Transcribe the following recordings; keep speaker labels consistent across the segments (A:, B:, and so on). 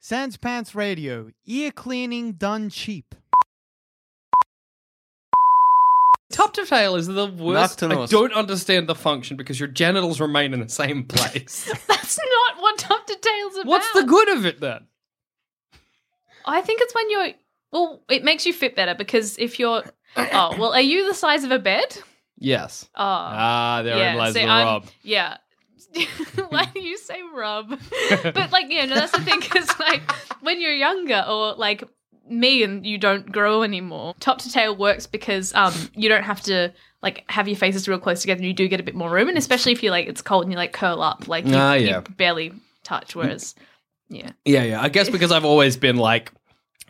A: Sans Pants Radio, ear cleaning done cheap.
B: Top to tail is the worst. I
C: Nocturnus.
B: don't understand the function because your genitals remain in the same place.
D: That's not what top to tail's about.
B: What's the good of it then?
D: I think it's when you're. Well, it makes you fit better because if you're. Oh, well, are you the size of a bed?
B: Yes.
D: Oh.
B: Ah, therein lies
D: see,
B: the
D: I'm-
B: rub.
D: Yeah. Why do you say rub? but like, yeah, no, that's the thing. Because like, when you're younger, or like me, and you don't grow anymore, top to tail works because um, you don't have to like have your faces real close together. and You do get a bit more room, and especially if you like, it's cold and you like curl up, like you,
B: Ah,
D: you
B: yeah.
D: barely touch. Whereas, yeah,
B: Yeah, yeah. I guess because I've always been like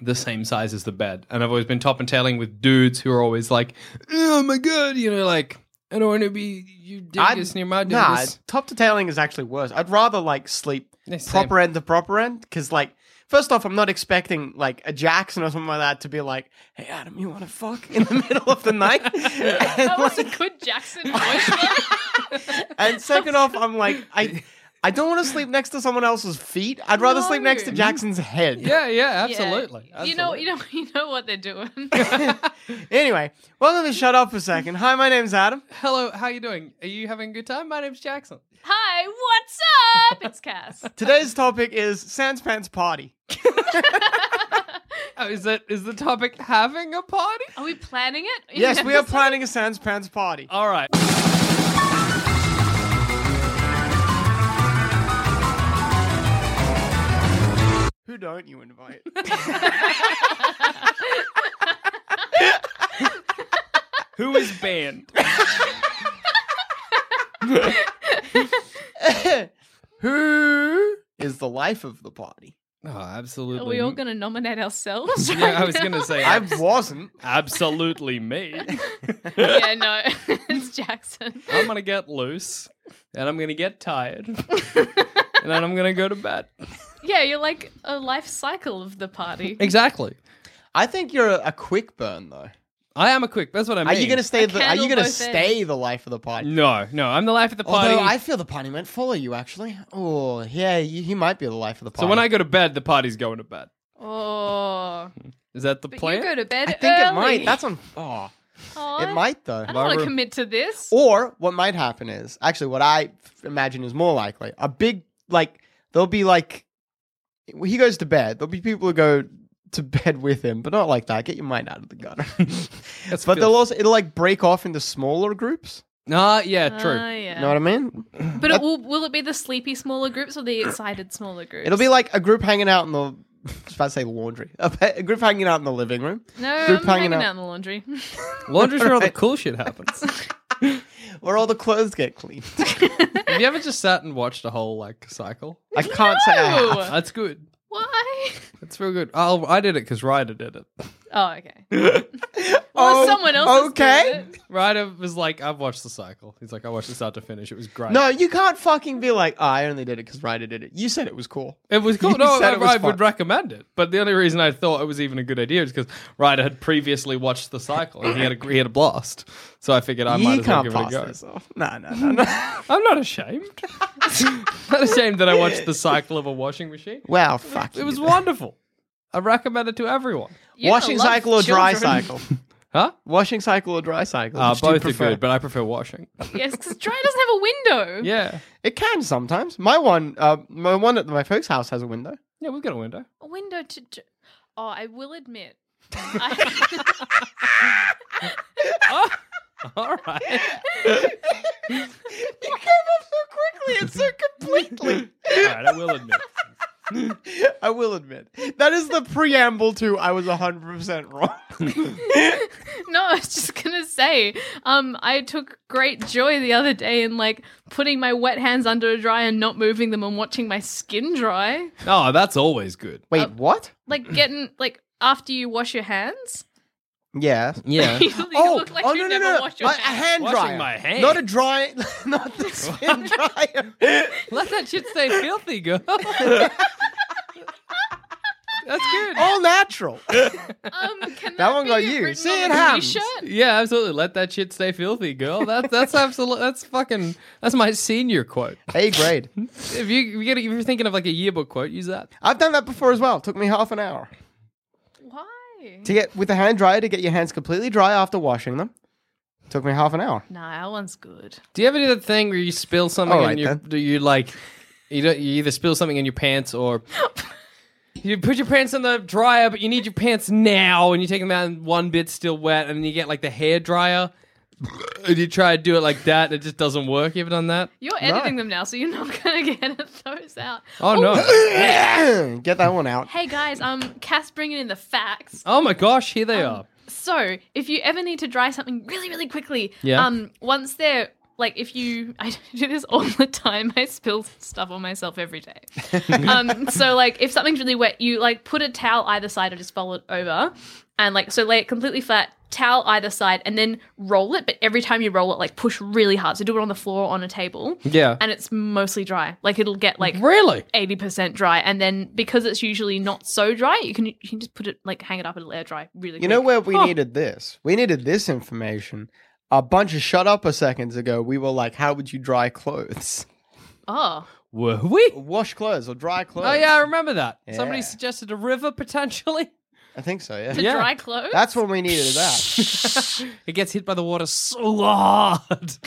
B: the same size as the bed, and I've always been top and tailing with dudes who are always like, "Oh my god," you know, like I don't want to be you dingus near my
C: Nah,
B: dingus.
C: top to tailing is actually worse. I'd rather like sleep
B: Yeah, same.
C: proper end to proper end because like. First off, I'm not expecting like a Jackson or something like that to be like, "Hey Adam, you want to fuck in the middle of the night?" And,
D: that was a
C: like-
D: good Jackson voice.
C: and second off, I'm like, I, I don't want to sleep next to someone else's feet. I'd rather sleep next to
D: No.
C: Jackson's head.
B: Yeah, yeah,
D: Yeah.
B: absolutely.
D: You know,
B: Absolutely.
D: you know, you know what they're doing.
C: Anyway, welcome to Shut Up for a second. Hi, my name's Adam.
B: Hello, how you doing? Are you having a good time? My name's Jackson.
D: Hi, what's up? It's Cass.
C: Today's topic is Sans Pants Party.
B: Oh, is that is the topic having a party?
D: Are we planning it?
C: Yes, we are planning a Sans Pants Party.
B: All right.
C: Who don't you invite?
B: Who is banned?
C: Who is the life of the party?
B: Oh,
D: Are
B: absolutely.
D: we all going to nominate ourselves?
B: Yeah, I was going to say
C: I wasn't.
B: absolutely me.
D: yeah, no, it's Jackson.
B: I'm gonna get loose, and I'm gonna get tired, and then I'm gonna go to bed.
D: Yeah, you're like a life cycle of the party.
B: Exactly.
C: I think you're a, a quick burn though.
B: I am a quick. That's what I mean.
C: Are you gonna stay?
D: A
C: The, are you
D: candle
C: gonna
D: both
C: stay the life of the party?
B: No, no. I'm the life of the party.
C: Although I feel the party might follow you actually. Oh yeah, you, he might be the life of the party.
B: so when I go to bed, the party's going to bed.
D: Oh,
B: Is that the
D: but
B: plan?
D: you go to bed
C: I think
D: early.
C: it might. That's on. Oh,
D: Aw,
C: it might though.
D: I don't want to commit to this.
C: Or what might happen is actually what I f- imagine is more likely. A big like there'll be like when he goes to bed. There'll be people who go to bed with him, but not like that. Get your mind out of the gutter.
B: That's
C: but they'll
B: filth.
C: also it'll like break off into smaller groups.
B: Ah, yeah, true.
D: Ah, yeah.
C: You know what I mean?
D: but it will, will it be the sleepy smaller groups or the excited smaller groups?
C: It'll be like a group hanging out in the. I was about to say laundry. A, pe- a group hanging out in the living room.
D: no,
C: group
D: I'm
C: hanging
D: hanging
C: out.
D: out in the laundry.
B: Laundry's where all the cool shit happens.
C: where all the clothes get cleaned.
B: Have you ever just sat and watched a whole like cycle?
C: I can't say I have.
D: Ew,
B: That's good.
D: Why?
B: That's real good. Oh, I did it because Ryder did it.
D: Oh, okay. Well, someone else is doing
C: Oh, okay.
D: it.
B: Ryder was like, "I've watched the cycle." He's like, "I watched it start to finish. It was great."
C: No, you can't fucking be like, oh, I only did it because Ryder did it. You said it was cool.
B: It was cool.
C: You
B: No,
C: said
B: I,
C: it was
B: I
C: fun.
B: would recommend it. But the only reason I thought it was even a good idea is because Ryder had previously watched the cycle and he had a, he had a blast. So I figured I
C: you
B: might as well give
C: can't pass
B: it a go.
C: this off. No, no, no, no.
B: I'm not ashamed. not ashamed that I watched the cycle of a washing machine.
C: wow, fuck.
B: It
C: you.
B: was wonderful. I recommend it to everyone.
D: You're gonna
C: washing
D: love
C: cycle or dry
D: children.
C: cycle.
B: Huh?
C: Washing cycle or dry cycle.
B: Uh,
C: Which do you
B: both are
C: prefer?
B: good, but I prefer washing.
D: Yes, because dry doesn't have a window.
B: Yeah.
C: it can sometimes. My one, uh, my one at my folks' house has a window.
B: Yeah, we've got a window.
D: A window to. to- oh, I will admit. I,
B: Oh, all right.
C: You came up so answer completely.
B: All right, I will admit.
C: I will admit. That is the preamble to I was 100% wrong.
D: No, I was just gonna say, um, I took great joy the other day in like putting my wet hands under a dryer and not moving them and watching my skin dry.
B: Oh, that's always good.
C: Wait, what?
D: Like getting like after you wash your hands.
C: Yeah.
B: Yeah.
D: you
C: Oh,
D: look like you never wash your
C: Like a
D: hands.
C: hand
B: Washing
C: dryer.
B: my hands.
C: Not a dry, not the skin dryer.
B: Let that shit stay filthy, girl. That's good.
C: All natural.
D: Um, can that,
C: one
D: be
C: got you.
D: written
C: See,
D: on
C: it
D: the
C: happens.
D: T-shirt?
B: Yeah, absolutely. Let that shit stay filthy, girl. That's that's absolute. That's fucking. That's my senior quote.
C: A grade.
B: If you if you get- if you're thinking of like a yearbook quote, use that.
C: I've done that before as well. Took me half an hour
D: Why?
C: to get with the hand dryer to get your hands completely dry after washing them. Took me half an hour.
D: Nah, that one's good.
B: Do you ever do that thing where you spill something
C: All
B: and
C: right,
B: you
C: then.
B: do you like you don't you either spill something in your pants or you put your pants in the dryer, but you need your pants now, and you take them out and one bit's still wet, and then you get like the hair dryer. And you try to do it like that, it just doesn't work. You ever done that?
D: You're editing them now, so you're not gonna get those out.
B: Oh no!
C: get that one out.
D: Hey guys, um, Cass bringing in the facts.
B: Oh my gosh! Here they are.
D: So, if you ever need to dry something really, really quickly,
B: Yeah.
D: um, once they're like, if you, I do this all the time. I spill stuff on myself every day. um, so like, if something's really wet, you like put a towel either side or just fold it over, and like, so lay it completely flat, towel either side, and then roll it. But every time you roll it, like push really hard. So do it on the floor or on a table,
B: Yeah.
D: and it's mostly dry. Like it'll get like
B: Really?
D: 80% dry and then because it's usually not so dry you can you can just put it like hang it up it'll air dry really
C: You know
D: quick.
C: where we needed this? We needed this information. A bunch of shut up a seconds ago, we were like, how would you dry clothes?
D: oh
B: Were we?
C: Wash clothes or dry clothes.
B: Oh yeah, I remember that. Somebody
C: Yeah.
B: suggested a river potentially.
C: I think so, yeah.
D: to
B: Yeah.
D: dry clothes
C: That's when we needed that.
B: it gets hit by the water so hard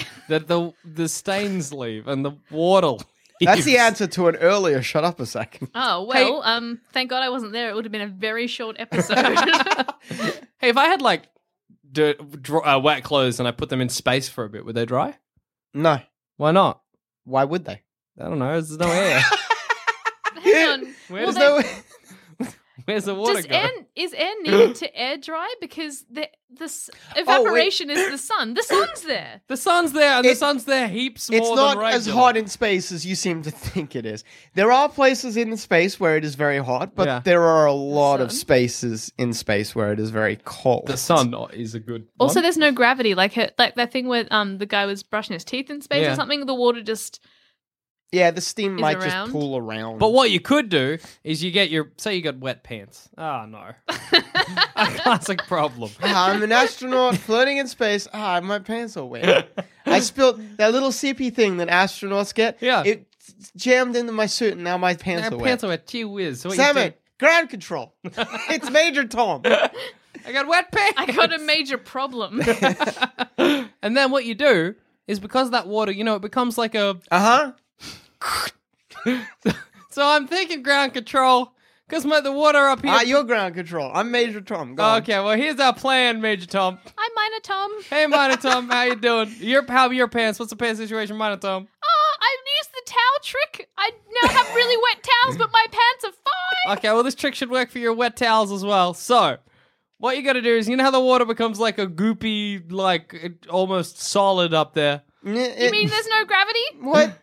B: that the the stains leave and the water.
C: That's the
B: leaves.
C: answer to an earlier shut up a second.
D: oh well um thank god i wasn't there it would have been a very short episode
B: Hey, if I had like dirt, dr- uh, wet clothes and I put them in space for a bit, would they dry?
C: No.
B: Why not?
C: Why would they?
B: I don't know. There's no air.
D: hang on
B: Where
D: Well,
B: does
D: they-
B: the where's the water
D: does
B: go?
D: air is air needed to air dry because the this
B: Oh,
D: evaporation is the sun the sun's there
B: The sun's there, and the
C: It-
B: sun's there heaps more
C: It's
B: than
C: not as
B: regular.
C: hot in space as you seem to think it is. There are places in space where it is very hot, but
B: Yeah.
C: there are a lot of
D: sun.
C: spaces in space where it is very cold.
B: the sun is a good.
D: also
B: one.
D: there's no gravity like her, like that thing where um the guy was brushing his teeth in space
B: Yeah.
D: or something the water just
C: Yeah, the steam
D: Is
C: might
D: around.
C: just pool around.
B: But what you could do is you get your say you got wet pants. Oh no. a classic problem.
C: I'm an astronaut floating in space. Ah, my pants are wet. I spilled that little sippy thing that astronauts get.
B: Yeah.
C: It jammed into my suit and now my pants
B: Our
C: are
B: pants
C: wet.
B: are wet. Gee whiz. So what you
C: Salmon, ground control. it's Major Tom.
B: do- I got wet pants.
D: i got a major problem
B: And then what you do is because of that water, you know, it becomes like a.
C: Uh huh.
B: So I'm thinking ground control because my the water up here.
C: Ah, you're ground control. I'm Major Tom. Go on.
B: okay, well here's our plan, Major Tom.
D: hi minor tom
B: Hey, Minor Tom, how you doing? Your how are your pants? What's the pants situation, Minor Tom?
D: Oh, I used the towel trick. I now have really wet towels, but my pants are fine.
B: Okay, well this trick should work for your wet towels as well. So. What you gotta do is, you know how the water becomes like a goopy, like it- almost solid up there?
C: Mm,
D: You
C: it-
D: mean there's no gravity?
C: what?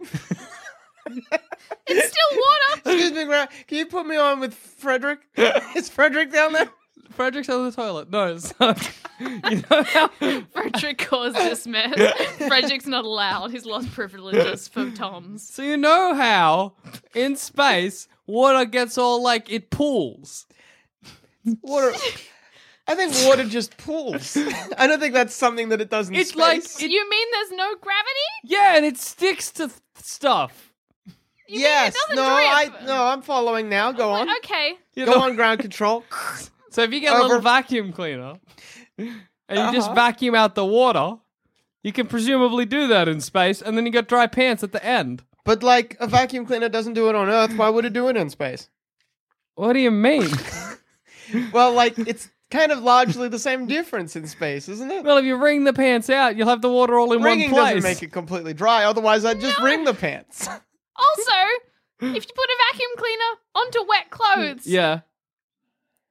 D: It's still water.
C: Excuse me, Gra- can you put me on with Frederick? Is Frederick down there?
B: Frederick's on the toilet. No, it's not. you know how
D: Frederick caused this mess. Frederick's not allowed. He's lost privileges for Tom's.
B: So you know how in space water gets all like it pools.
C: Water. I think water just pools. I don't think that's something that it does in
B: It's like
C: space.
B: it,
D: You mean there's no gravity?
B: yeah, and it sticks to th- stuff.
D: You
C: yes.
D: doesn't
C: no,
D: drip?
C: I no, I'm following now. Go on.
D: Okay.
B: Oh You
C: Go
B: know?
C: on, ground control.
B: So if you get a little
C: Over-
B: vacuum cleaner and you just
C: Uh-huh.
B: vacuum out the water, you can presumably do that in space, and then you got dry pants at the end.
C: But like a vacuum cleaner doesn't do it on Earth. Why would it do it in space?
B: What do you mean?
C: Well, like it's kind of largely the same difference in space, isn't it?
B: Well, if you wring the pants out, you'll have the water all in
C: Wringing
B: one place.
C: doesn't make it completely dry. Otherwise, I'd just wring the pants.
D: Also, if you put a vacuum cleaner onto wet clothes,
B: Yeah.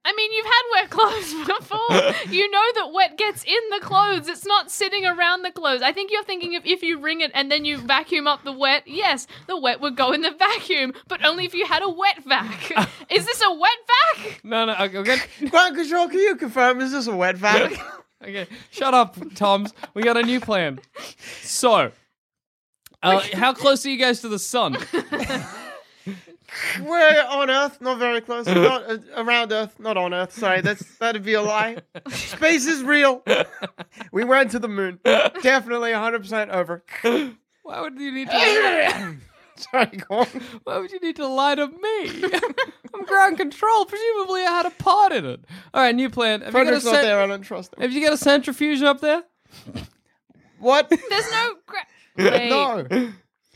D: I mean, you've had wet clothes before. you know that wet gets in the clothes. It's not sitting around the clothes. I think you're thinking of if you wring it and then you vacuum up the wet. Yes, the wet would go in the vacuum, but only if you had a wet vac. Is this a wet vac?
B: No, no, okay, okay.
C: Grant Kishore, can you confirm? Is this a wet vac?
B: okay. Shut up, Toms. We got a new plan. So, uh, how close are you guys to the sun?
C: We're on Earth, not very close. Not uh, around Earth, not on Earth. Sorry, that's that'd be a lie. Space is real. We went to the moon. Definitely 100% over.
B: Why would you need to?
C: Sorry, go on.
B: Why would you need to lie to me? I'm ground control. Presumably, I had a part in it. All right, new plan. Have you got a
C: Frederick's not
B: cent-
C: there. I don't trust him.
B: Have you got a centrifuge up there?
C: What?
D: There's no. Gra- Wait.
C: no.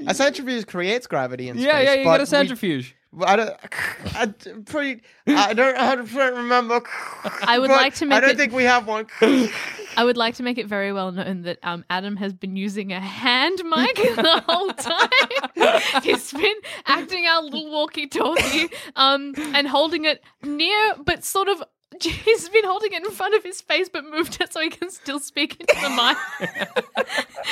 C: A centrifuge creates gravity in
B: Yeah,
C: space.
B: yeah. You
C: but
B: got a centrifuge.
C: We, I don't. I d- pretty. I don't 100 percent remember.
D: I would
C: but
D: like to make
C: I don't
D: it-
C: think we have one.
D: I would like to make it very well known that um, Adam has been using a hand mic the whole time. He's been acting our little walkie-talkie um, and holding it near, but sort of. He's been holding it in front of his face, but moved it so he can still speak into the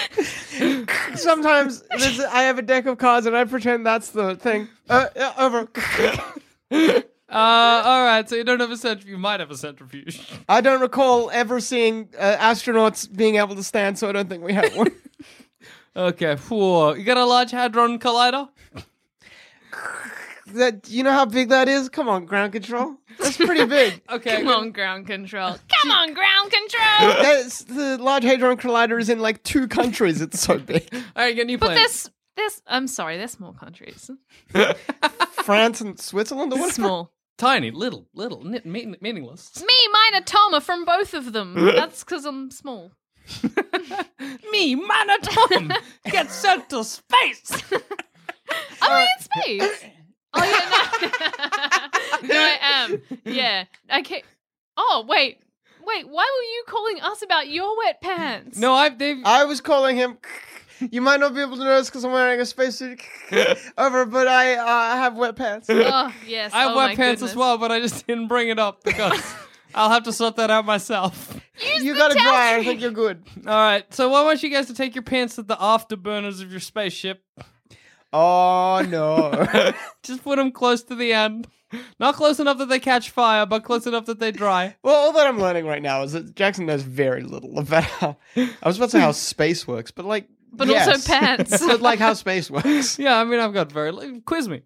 D: mic.
C: Sometimes there's, I have a deck of cards and I pretend that's the thing. Uh, yeah, over.
B: Uh, all right. So you don't have a centrifuge. You might have a centrifuge.
C: I don't recall ever seeing uh, astronauts being able to stand, so I don't think we have one.
B: Okay. Whoa. You got a large hadron collider?
C: that you know how big that is? Come on, ground control. That's pretty big.
B: Okay.
D: Come
B: good.
D: on, ground control. Come on, ground control.
C: That's the Large Hadron Collider is in like two countries. It's so big.
B: All right. Get new
D: But
B: plan.
D: there's, there's. I'm sorry, there's small countries.
C: France and Switzerland. Or what?
D: Small.
B: Tiny, little, little, ni- mean- meaningless.
D: Me, mine, Atoma from both of them. That's because I'm small.
B: Me, Manatom, get sent to space.
D: Are we in space? Oh yeah, no. no, I am. Yeah. Okay. Oh wait, wait. Why were you calling us about your wet pants?
B: No, I've they've,
D: Oh
C: I was calling him. You might not be able to notice because I'm wearing a spacesuit. Over, but I uh, have wet pants.
D: Oh yes.
B: I have
D: oh, my
B: wet pants as
D: goodness.
B: well, but I just didn't bring it up because I'll have to sort that out myself.
C: you gotta
D: towel
C: dry. I
D: trick.
C: think you're good.
B: All right, so I want you guys to take your pants to the afterburners of your spaceship.
C: Oh no.
B: Just put them close to the end, not close enough that they catch fire, but close enough that they dry.
C: Well, all that I'm learning right now is that Jackson knows very little about how. I was about to say how space works, but like.
D: But
C: yes.
D: also pants.
C: but like how space works.
B: Yeah, I mean I've got very li- quiz me,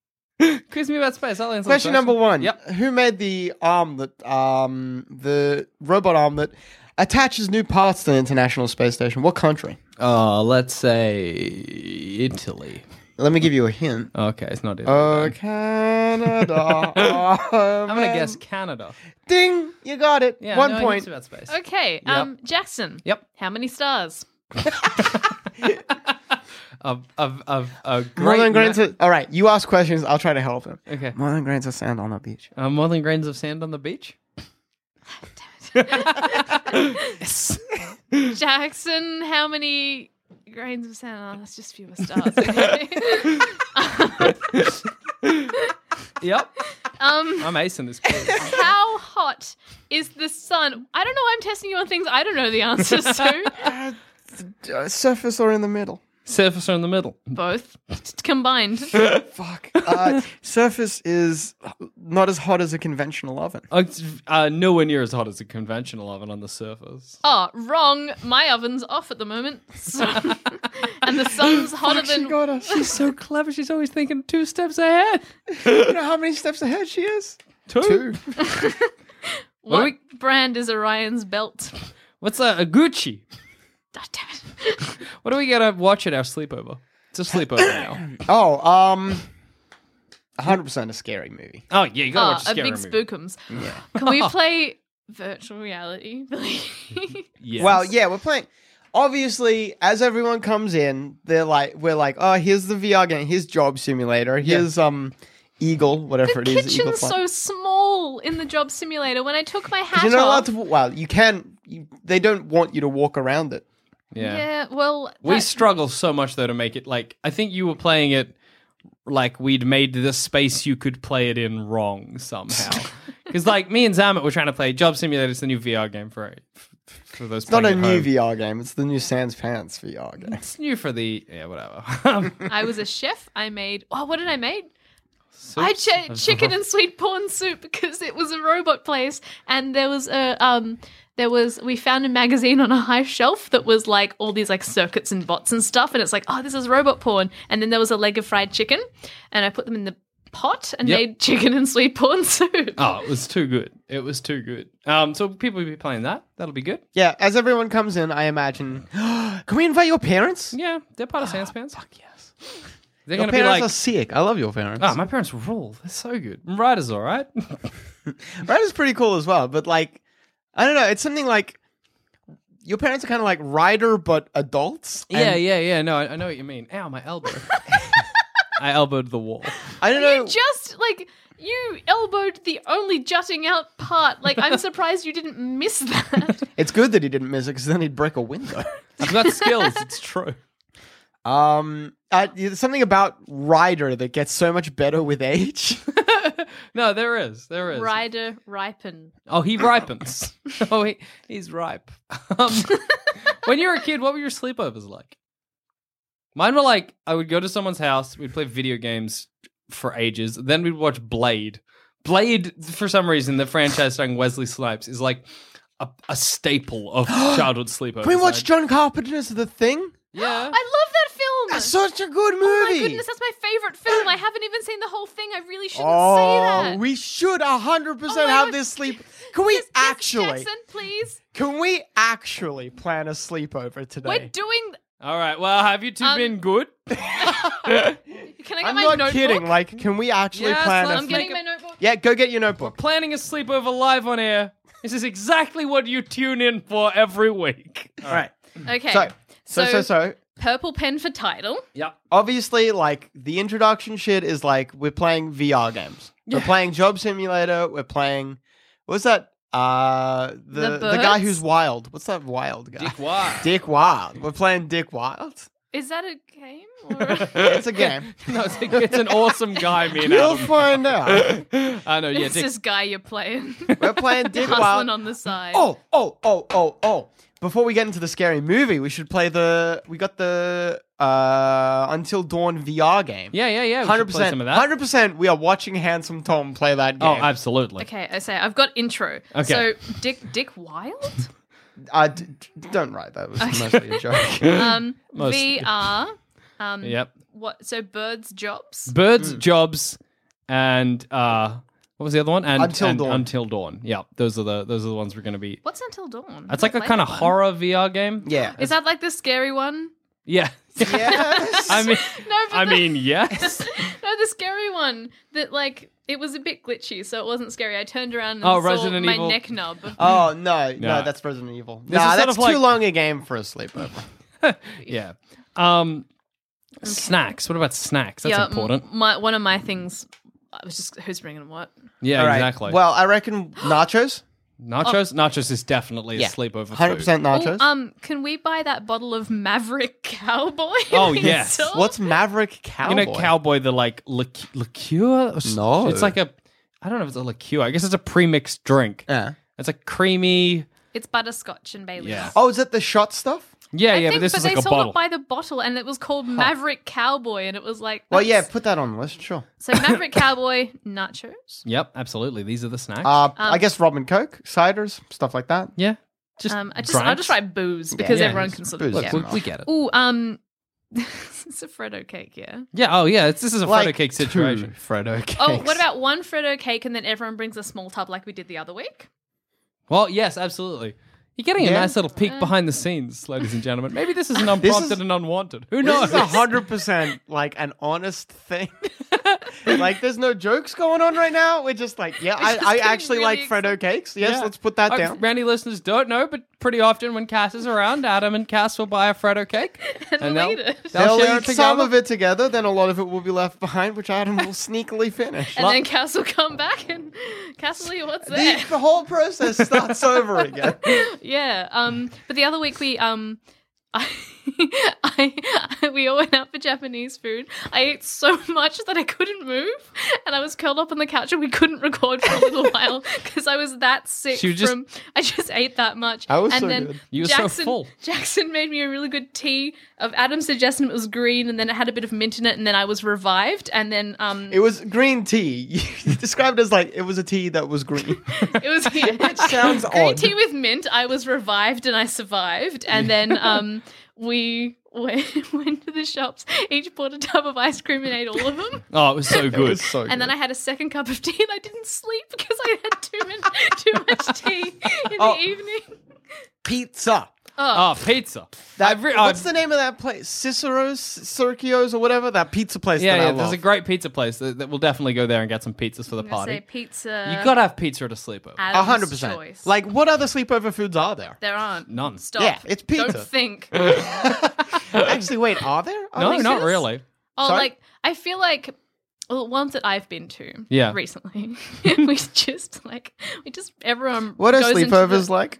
B: quiz me about space. I'll answer. the
C: Question number one.
B: Yep.
C: Who made the arm that um the robot arm that attaches new parts to the International Space Station? What country?
B: Uh, let's say Italy.
C: Let me give you a hint.
B: Okay, it's not Italy.
C: Oh, Canada.
B: I'm gonna guess Canada.
C: Ding! You got it.
B: Yeah,
C: um, One
B: no, I guess
C: point.
B: about space.
D: Okay. Um, Jackson.
B: Yep.
D: How many stars?
B: A, a, a, a great
C: More than grains
B: ma-
C: of, all right, you ask questions. I'll try to help him.
B: okay.
C: More than grains of sand on the beach.
B: Uh, more than grains of sand on the beach.
D: Jackson. How many grains of sand? Oh, that's just fewer stars. Okay.
B: Yep,
D: um.
B: I'm acing this. quiz.
D: How hot is the sun? I don't know. I'm testing you on things I don't know the answers to.
C: Uh, surface or in the middle?
B: Surface or in the middle.
D: Both combined.
C: Fuck. Uh, surface is not as hot as a conventional oven.
B: Uh, it's, uh, nowhere near as hot as a conventional oven on the surface.
D: Oh, wrong. My oven's off at the moment. So- and the sun's hotter
C: Fuck, she
D: than.
C: got us.
B: She's so clever. She's always thinking two steps ahead.
C: You know how many steps ahead she is?
B: Two.
D: What
B: are we-
D: brand is Orion's belt?
B: What's a, a Gucci?
D: God damn it.
B: What are we gonna watch at our sleepover? It's a sleepover now.
C: Oh, um, 100% a scary movie.
B: Oh yeah, you gotta
D: Ah,
B: watch
D: a
B: a scary
D: big
B: movie.
D: spookums. Can we play virtual reality, please?
B: Yes.
C: Well, yeah, we're playing. Obviously, as everyone comes in, they're like, we're like, oh, here's the VR game, here's Job Simulator, here's um, eagle, whatever
D: The
C: it is. eagle
D: kitchen's
C: plant.
D: so small in the job simulator. When I took my hat
C: You're not allowed
D: off,
C: to. wa- Well, you can. You, they don't want you to walk around it.
D: yeah.
B: Yeah.
D: well,
B: We
D: that-
B: struggle so much though to make it like I think you were playing it like we'd made the space you could play it in wrong somehow. Because like me and Zamet were trying to play Job Simulator, it's the new VR game for for those.
C: It's not a new VR game. It's the new Sans Pants VR game.
B: It's new for the yeah whatever.
D: I was a chef. I made. Oh, what did I make?
B: So-
D: I ch- chicken and sweet corn soup because it was a robot place, and there was a um, there was we found a magazine on a high shelf that was like all these like circuits and bots and stuff, and it's like oh this is robot porn, and then there was a leg of fried chicken, and I put them in the pot and
B: Yep.
D: made chicken and sweet corn soup.
B: Oh, it was too good. It was too good. Um, so people will be playing that. That'll be good.
C: Yeah, as everyone comes in, I imagine. can we invite your parents?
B: Yeah, they're part of Sans Pants.
C: Ah, Fuck yes.
B: They're
C: Your
B: gonna be
C: parents
B: like,
C: are sick. I love your parents.
B: oh, my parents rule. They're so good. Ryder's all right.
C: Red is pretty cool as well, but like, I don't know. It's something like your parents are kind of like Ryder, but adults. and
B: yeah, yeah, yeah. No, I, I know what you mean. Ow, my elbow. I elbowed the wall.
C: I don't know.
D: You just like you elbowed the only jutting out part. Like I'm surprised you didn't miss that.
C: It's good that he didn't miss it because then he'd break a window.
B: I've got skills. It's true.
C: um, uh, there's something about Ryder that gets so much better with age.
B: No, there is. There is.
D: Rider ripen.
B: Oh, he ripens. oh, he, he's ripe. Um, when you were a kid, what were your sleepovers like? Mine were like I would go to someone's house, we'd play video games for ages, then we'd watch Blade. Blade, for some reason, the franchise starring Wesley Snipes is like a, a staple of childhood sleepovers.
C: Can we watch
B: I-
C: John Carpenter's The Thing?
D: I
B: yeah.
D: love that film.
C: That's such a good movie.
D: Oh my goodness, that's my favorite film. I haven't even seen the whole thing. I really shouldn't say
C: Oh,
D: that.
C: we should hundred
D: Oh
C: percent
D: my
C: have
D: God.
C: this sleep. Can we
D: Yes, yes,
C: actually?
D: Jackson, please.
C: Can we actually plan a sleepover today?
D: We're doing.
B: All right. Well, have you two
D: Um,
B: been good?
D: Can I get
C: I'm
D: my
C: not
D: notebook?
C: kidding. Like, can we actually
B: Yes,
C: plan?
B: let's
C: A...
D: I'm getting
B: make
D: my notebook.
C: Yeah, go get your notebook.
B: Planning a sleepover live on air. This is exactly what you tune in for every week.
C: All right.
D: Okay.
C: So, so, so,
D: So-
C: so.
D: Purple pen for title.
B: Yep.
C: Obviously, like the introduction shit is like we're playing VR games. We're playing Job Simulator. We're playing. What's that? Uh, the the,
D: The
C: guy
D: Birds?
C: who's wild. What's that wild guy?
B: Dick Wild.
C: Dick Wild. We're playing Dick Wild.
D: Is that a game? Or a...
C: It's a game.
B: No, it's, it's an awesome guy, me and
C: You'll
B: Adam.
C: find out.
B: I know, yeah,
D: it's
B: Dick.
D: this guy you're playing.
C: We're playing Dick
D: Hustling
C: Wild.
D: on the side.
C: Oh, oh, oh, oh, oh. Before we get into the scary movie, we should play the. We got the uh Until Dawn VR game.
B: yeah, yeah, yeah. we should
C: Hundred
B: play
C: percent.
B: some of that.
C: Hundred percent. We are watching Handsome Tom play that game.
B: Oh, absolutely.
D: Okay, I say I've got intro.
B: Okay.
D: So Dick Dick Wild.
C: Uh, d- d- don't write that. It was mostly a joke.
D: Um,
B: Mostly.
D: VR. Um,
B: Yep.
D: What? So birds jobs.
B: Birds,
C: Hmm.
B: jobs, and uh, what was the other one? And
C: Until
B: and
C: Dawn.
B: Until dawn. Yeah, those are the those are the ones we're gonna be.
D: What's until dawn?
B: That's like
D: I
B: a
D: played
B: kind of
D: that one.
B: horror VR game.
C: yeah.
D: Is that like the scary one?
B: Yeah.
C: yes.
B: I mean,
D: No, but
B: I
D: the-
B: mean, yes.
D: no, the scary one that like it was a bit glitchy, so it wasn't scary. I turned around and
B: Oh,
D: saw
B: Resident
D: my
B: Evil.
D: neck nub.
C: Oh
B: Nah.
C: no, no, that's Resident Evil.
B: This
C: nah,
B: is sort
C: that's
B: of like-
C: too long a game for a sleepover.
B: Yeah. Um, snacks. What about snacks? That's
D: yeah, m-
B: important.
D: My, one of my things. I was just who's bringing what?
B: Yeah,
C: All right.
B: exactly.
C: Well, I reckon nachos.
B: nachos. Nachos is definitely
C: Yeah.
B: a sleepover.
C: Hundred
B: food.
C: percent nachos.
D: Oh, um, can we buy that bottle of Maverick Cowboy?
B: Oh,
D: in
B: yes.
D: store?
C: What's Maverick Cowboy?
B: You know, cowboy, the like lic- liqueur. or s-
C: No.
B: it's like a. I don't know if it's a liqueur. I guess it's a pre-mixed drink.
C: Yeah.
B: It's like creamy.
D: It's butterscotch and Bailey's.
B: Yeah.
C: Oh, is it the shot stuff?
B: Yeah,
D: I
B: yeah,
D: think,
B: but this is
D: they
B: like a
D: sold
B: bottle.
D: it by the bottle, and it was called Maverick Cowboy, and it was like.
C: Well, yeah,
D: that's-
C: put that on the list. Sure.
D: So Maverick Cowboy nachos.
B: yep, absolutely. These are the snacks.
C: Uh, I guess rum and coke, ciders, stuff like that.
B: yeah, just
D: Um, I just I'll
B: drinks.
D: just write booze because
B: Yeah,
D: everyone
B: just
D: can sort
C: booze.
D: of.
B: Look,
D: Yeah.
B: we, we get it.
D: Ooh, um, it's a Freddo cake, yeah.
B: Yeah. Oh, yeah. It's, this is a
C: Like
B: photo cake
C: two
B: situation.
C: Freddo cakes.
D: Oh, what about one Freddo cake and then everyone brings a small tub like we did the other week?
B: Well, yes, absolutely. You're getting a
C: Yeah.
B: nice little
D: Uh.
B: peek behind the scenes, ladies and gentlemen. Maybe this is an
C: This
B: unprompted
C: is-
B: and unwanted. Who
C: No,
B: knows?
C: it's hundred percent like an honest thing. like, there's no jokes going on right now. We're just like, yeah,
D: just
C: I, I
D: getting
C: actually
D: really
C: like Freddo cakes. Yes,
B: Yeah.
C: let's put that
B: Uh,
C: down.
B: Randy listeners don't know, but pretty often when Cass is around, Adam and Cass will buy a Freddo cake.
D: And
B: they'll,
D: they'll eat it.
B: they'll
C: They'll
B: share
C: eat
B: it
C: some
B: together.
C: of it together, then a lot of it will be left behind, which Adam will sneakily finish.
D: And then Cass will come back and Cass will eat what's there.
C: the, the whole process starts over again.
D: yeah. Um. But the other week we um. I, I, we all went out for Japanese food. I ate so much that I couldn't move, and I was curled up on the couch, and we couldn't record for a little while because I was that sick.
B: She was just-
D: from I just ate that much.
C: I was
D: and
C: so
D: then
C: good.
B: You were so
D: Jackson,
B: full.
D: Jackson made me a really good tea of Adam's suggestion. It was green, and then it had a bit of mint in it, and then I was revived. And then um,
C: It was green tea. You described it as like it was a tea that was green.
D: It was
C: Which sounds
D: green
C: odd.
D: tea with mint. I was revived and I survived. And then um, we went, went to the shops, each bought a tub of ice cream and ate all of them.
B: Oh, it was so
C: It
B: good.
C: was so
D: And then
C: good.
D: I had a second cup of tea and I didn't sleep because I had too, min- too much tea in
C: Oh.
D: the evening.
C: pizza.
D: Oh,
B: Oh, pizza.
C: That,
B: I've re- uh,
C: what's
B: I've-
C: the name of that place? Cicero's, Circio's, or whatever that pizza place.
B: Yeah,
C: that
B: yeah
C: I
B: there's
C: love.
B: a great pizza place that, that we'll definitely go there and get some pizzas for the
D: I'm gonna say
B: party.
D: uh, pizza.
B: you gotta have pizza at a sleepover.
C: A
D: Adam's
C: hundred percent.
D: choice.
C: Like, what other sleepover foods are there?
D: there aren't
B: None.
D: Stop.
C: Yeah, it's pizza.
D: Don't think.
C: Actually, wait, are there? Are
B: no,
C: there-
B: not really.
D: Oh,
C: Sorry?
D: like I feel like well, ones that I've been to,
B: Yeah.
D: recently. we just like we just everyone.
C: What are
D: goes into
C: sleepovers
D: the-
C: like?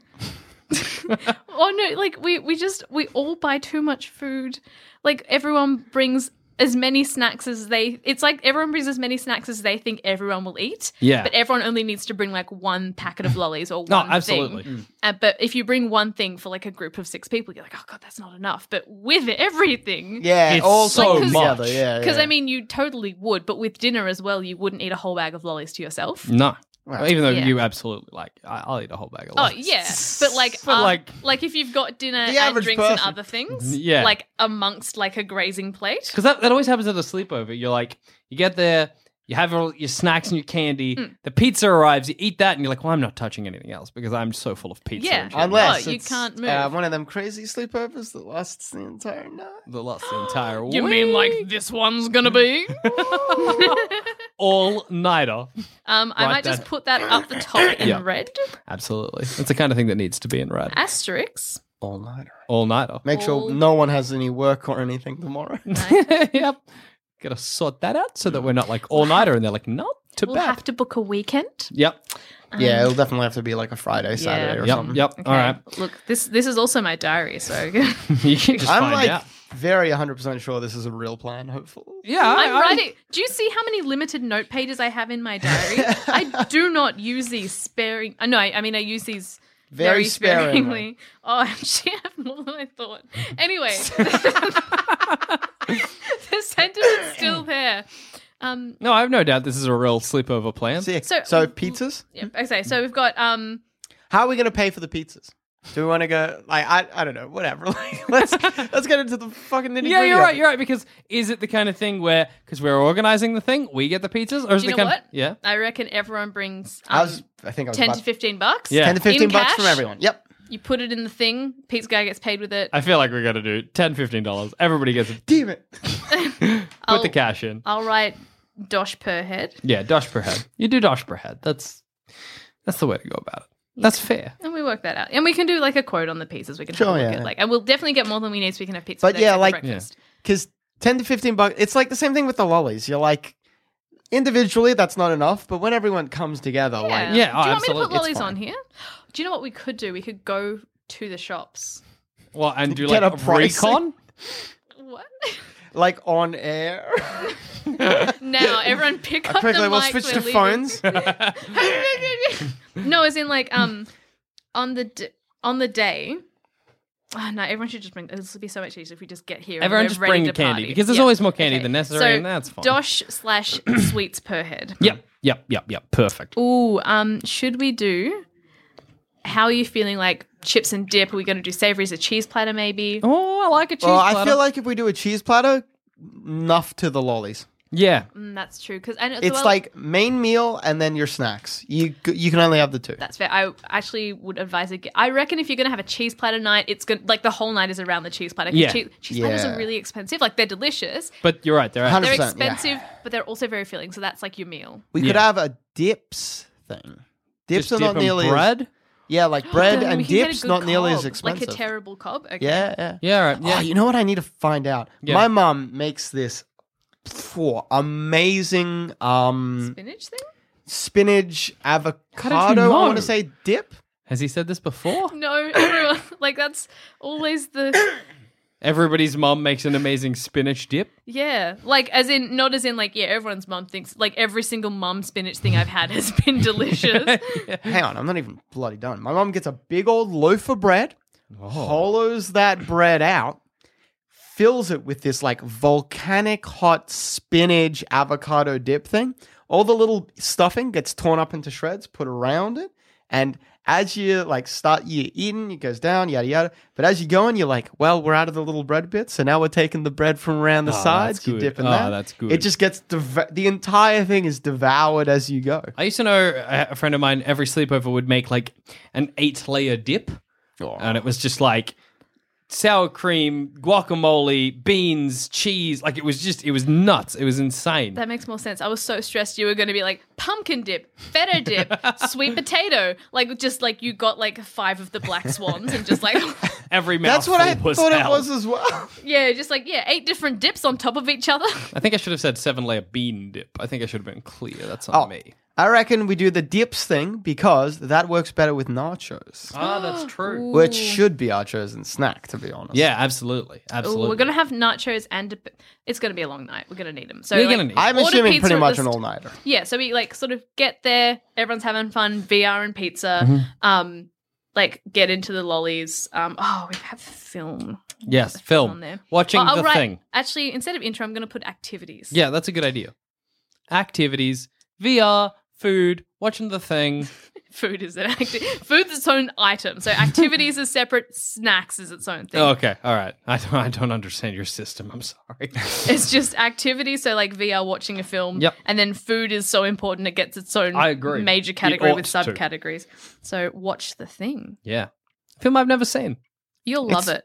D: Oh no, like we we just we all buy too much food. Like everyone brings as many snacks as they. It's like everyone brings as many snacks as they think everyone will eat.
B: Yeah.
D: But everyone only needs to bring like one packet of lollies or
B: No,
D: one
B: absolutely.
C: Mm.
D: thing. Uh, but if you bring one thing for like a group of six people, you're like, oh god, that's not enough. But with everything,
C: Yeah,
B: It's
C: all
B: so
C: things
B: much.
C: together, Yeah,
D: Because
C: yeah.
D: I mean, you totally would, but with dinner as well, you wouldn't eat a whole bag of lollies to yourself.
B: No.
C: Right.
B: Even though
D: Yeah.
B: you absolutely like, I, I'll eat a whole bag of
D: Oh
B: lollies.
D: yeah, but like,
B: But,
D: uh,
B: like-
D: like, if you've got dinner
C: The
D: and
C: average
D: drinks and
C: person.
D: other things,
B: Yeah.
D: like amongst like a grazing plate.
B: Because that, that always happens at a sleepover. You're like, you get there, you have all your snacks and your candy,
D: Hmm.
B: the pizza arrives, you eat that, and you're like, well, I'm not touching anything else because I'm so full of pizza.
D: Yeah.
B: and shit."
C: Unless
D: Oh, you
C: it's,
D: can't move.
C: Uh, one of them crazy sleepovers that lasts the entire night.
B: The last the entire week.
D: You mean like this one's gonna be?
B: all nighter?
D: um, I
B: Right
D: might just
B: there.
D: put that up the top in
B: Yeah.
D: red
B: Absolutely. It's the kind of thing that needs to be in red.
D: asterisk.
C: All nighter.
B: All nighter.
C: Make
D: All-
C: sure no one has any work or anything tomorrow.
D: Uh-huh.
B: yep. Gotta sort that out so that we're not like all nighter and they're like, not to
D: We'll
B: bad.
D: have to book a weekend.
B: Yep.
C: yeah, it'll definitely have to be like a Friday, Saturday, or
B: Yep.
C: something.
B: Yep. All right.
D: Look, this this is also my diary, so
B: you can just
C: I'm
B: find
C: like
B: out.
C: very 100% sure this is a real plan, hopefully.
B: Yeah. I-
D: I'm
B: I-
D: writing. Do you see how many limited note pages I have in my diary? I do not use these sparing. Uh, no, I, I mean I use these
C: Very
D: very,
C: sparingly.
D: sparingly. Oh, I actually have more than I thought. Anyway, the sentence is still there. Um,
B: No, I have no doubt this is a real sleepover plan.
C: Sick. So,
D: So-
C: pizzas?
D: yeah, okay, so we've got um,
C: How are we going to pay for the pizzas? Do we want to go like I, I don't know whatever like let's let's get into the fucking nitty gritty.
B: Yeah, you're right. You're right. Because is it the kind of thing where because we're organizing the thing, we get the pizzas, or is
D: Do
B: it the
D: you know
B: kind?
D: what?
B: yeah.
D: I reckon everyone brings um,
C: I was I think I was
D: ten
C: about,
D: to fifteen bucks.
B: Yeah.
C: ten to fifteen
D: In
C: bucks from
D: cash?
C: everyone. Yep.
D: you put it in the thing. Pizza guy gets paid with it.
B: I feel like we got to do 10 dollars. Everybody gets it.
C: Damn it.
B: Put
D: I'll-
B: the cash in.
D: I'll write dosh per head.
B: Yeah, dosh per head. You do dosh per head. That's that's the way to go about it. That's fair.
D: And we work that out. And we can do like a quote on the pizzas. We can
C: Sure,
D: have a look
C: yeah.
D: at like, and we'll definitely get more than we need so we can have pizza.
C: But
D: for the next day
C: yeah,
D: for
C: like-
D: breakfast.
C: Because ten to fifteen bucks, it's like the same thing with the lollies. You're like individually that's not enough, but when everyone comes together,
B: Yeah, oh,
C: like
D: do you want me to
B: absolutely,
D: put
B: it's
D: lollies
B: fine.
D: on here? Do you know what we could do? We could go to the shops.
B: Well, and do
C: Get
B: like
C: a
B: a
C: pricing.
B: recon?
D: What?
C: like on air.
D: now everyone pick up
C: Quickly,
D: the
C: we'll
D: mics,
C: switch
D: we're
C: to
D: leaving.
C: phones.
D: no, as in like um, on the d- on the day. Oh, no, everyone should just bring. This would be so much easier if we just get here. and
B: Everyone
D: we're
B: just
D: ready
B: bring
D: to
B: candy
D: party.
B: because there's
D: Yeah.
B: always more candy
D: Okay.
B: than necessary,
D: So
B: and that's fine.
D: dosh slash sweets per head.
B: Yep, yep, yep, yep. Perfect.
D: Ooh, um, should we do? How are you feeling? Like chips and dip? Are we going to do savory as a cheese platter? Maybe.
B: Oh, I like a cheese
C: Well, I
B: platter.
C: feel like if we do a cheese platter, enough to the lollies.
B: Yeah.
D: Mm, that's true. Because and as
C: It's
D: well-
C: like main meal and then your snacks. You g- you can only have the two.
D: That's fair. I actually would advise it. I reckon if you're gonna have a cheese platter night, it's good. Like the whole night is around the cheese platter. 'cause
B: Yeah.
D: cheese, cheese platters
C: Yeah.
D: are really expensive. Like they're delicious,
B: But you're right. They're out.
C: 100%,
D: they're
C: yeah.
D: expensive, but they're also very filling. So that's like your meal.
C: We could
B: Yeah.
C: have a dips thing. Dips
B: Just
C: are
B: dip
C: not
B: and
C: nearly as-
B: bread.
C: yeah, like bread
D: Then we
C: and
D: can get a
C: dips
D: good
C: not nearly
D: cob,
C: as expensive.
D: Like a terrible cob. Okay.
C: yeah, yeah.
B: Yeah. Right.
C: Oh, Yeah.
B: Yeah.
C: you know what I need to find out?
B: Yeah.
C: My mum makes this phew, amazing um
D: Spinach thing?
C: spinach
B: How did you
C: avocado. I
B: know?
C: want to say dip.
B: Has he said this before?
D: No, everyone like that's always the
B: Everybody's mom makes an amazing spinach dip.
D: yeah. Like as in not as in like yeah. Everyone's mum thinks like every single mum spinach thing I've had has been delicious.
C: Hang on, I'm not even bloody done. My mum gets a big old loaf of bread,
B: Oh.
C: hollows that bread out, fills it with this like volcanic hot spinach avocado dip thing. All the little stuffing gets torn up into shreds, put around it, and as you like start you eating, it goes down, yada yada. But as you go in, you're like, well, we're out of the little bread bits, so now we're taking the bread from around the
B: Oh, that's
C: sides. You
B: good.
C: dip in
B: Oh,
C: that.
B: that's good.
C: It just gets dev- the entire thing is devoured as you go.
B: I used to know a a friend of mine. Every sleepover would make like an eight-layer dip, and it was just like sour cream, guacamole, beans, cheese. Like it was just, it was nuts. It was insane.
D: That makes more sense. I was so stressed you were going to be like pumpkin dip, feta dip, sweet potato. Like just like you got like five of the black swans and just like
B: Every
C: That's
B: mouthful
C: what I
B: was
C: thought it
B: out.
C: was as well.
D: yeah, just like yeah, eight different dips on top of each other.
B: I think I should have said seven-layer bean dip. I think I should have been clear. That's on
C: Oh,
B: me.
C: I reckon we do the dips thing because that works better with nachos,
B: Ah, that's true.
C: which should be our chosen snack, to be honest.
B: Yeah, absolutely,
D: Ooh,
B: absolutely.
D: we're going to have nachos and dip- it's going to be a long night. We're going to need them. So
B: You're
D: like,
B: gonna need 'em.
C: I'm
D: order
C: assuming
D: pizza
C: pretty
D: at
C: much
D: the
C: an
D: st-
C: all nighter.
D: Yeah, so we like sort of get there, everyone's having fun, VR and pizza.
B: Mm-hmm.
D: Um like get into the lollies. Um oh, we have film.
B: yes,
D: on
B: film,
D: there.
B: watching
D: Oh, I'll
B: the
D: write-
B: thing.
D: Actually, instead of intro, I'm going to put activities.
B: Yeah, that's a good idea. Activities, VR, food, watching the thing.
D: food is an acti- food's its own item. So activities is separate, snacks is its own thing.
B: Oh, okay, all right. I don't, I don't understand your system. I'm sorry.
D: It's just activity, so like VR watching a film.
B: Yep.
D: And then food is so important it gets its own
B: I agree.
D: major
B: It
D: category with
B: ought to.
D: subcategories. So watch the thing.
B: yeah, film I've never seen.
D: You'll love it.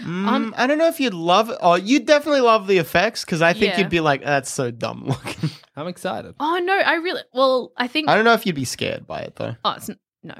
C: Mm,
D: Um,
C: I don't know if you'd love it. Oh, you'd definitely love the effects because I think
D: Yeah.
C: you'd be like, that's so dumb looking.
B: I'm excited.
D: Oh no, I really well, I think
C: I don't know if you'd be scared by it, though.
D: Oh, it's n- no.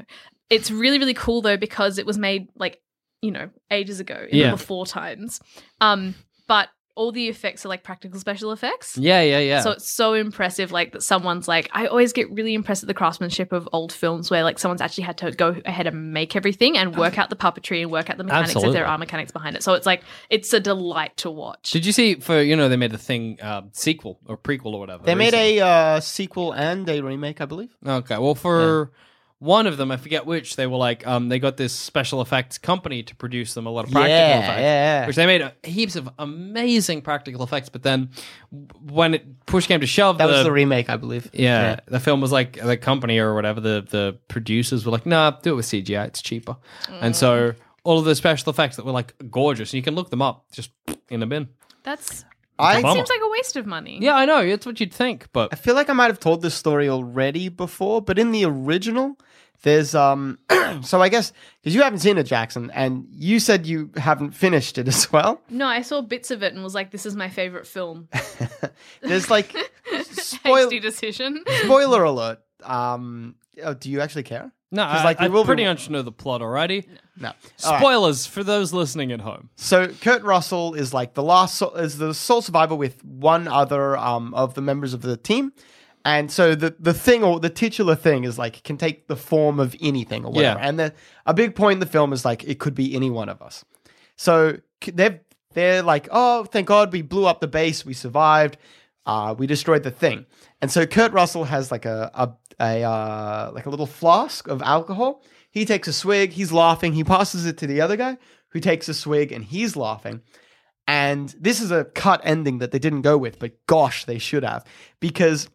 D: It's really, really cool though because it was made like, you know, ages ago in
B: Yeah.
D: the before times. Um, but all the effects are like practical special effects.
B: Yeah, yeah, yeah.
D: So it's so impressive, like that someone's like, I always get really impressed at the craftsmanship of old films where like someone's actually had to go ahead and make everything and work out the puppetry and work out the mechanics if
B: Absolutely.
D: there are mechanics behind it. So it's like it's a delight to watch.
B: Did you see for you know they made the thing uh, sequel or prequel or whatever?
C: They made
B: recently?
C: a uh, sequel and a remake, I believe.
B: Okay. Well, for one of them, I forget which, they were like, um, they got this special effects company to produce them a lot of practical
C: Yeah,
B: effects,
C: yeah.
B: which they made uh, heaps of amazing practical effects. But then, w- when it push came to shove,
C: That was the remake, I believe.
B: yeah, the film was like the company or whatever. The the producers were like, nah, do it with CGI. It's cheaper. And so
D: Mm.
B: all of the special effects that were like gorgeous, and you can look them up just in a bin.
D: That's
C: I,
D: that seems like a waste of money.
B: Oh. Yeah, I know. It's what you'd think, but
C: I feel like I might have told this story already before, but in the original, there's um. so I guess because you haven't seen it, Jackson, and you said you haven't finished it as well.
D: No, I saw bits of it and was like, this is my favorite film.
C: There's like spoil-
D: Hasty decision.
C: spoiler alert. Um, oh, do you actually care?
B: no,
C: 'Cause,
B: I, like,
C: like, we
B: I
C: will be-
B: pretty much know the plot already.
C: No. All right.
B: Spoilers for those listening at home.
C: So Kurt Russell is like the last so- is the sole survivor with one other um, of the members of the team. And so the, the thing or the titular thing is like can take the form of anything or whatever.
B: Yeah.
C: And the, a big point in the film is like it could be any one of us. So c- they're they're like, oh, thank God we blew up the base, we survived, uh, we destroyed the thing. And so Kurt Russell has like a a, a uh, like a little flask of alcohol. He takes a swig, he's laughing. He passes it to the other guy, who takes a swig and he's laughing. And this is a cut ending that they didn't go with, but gosh, they should have because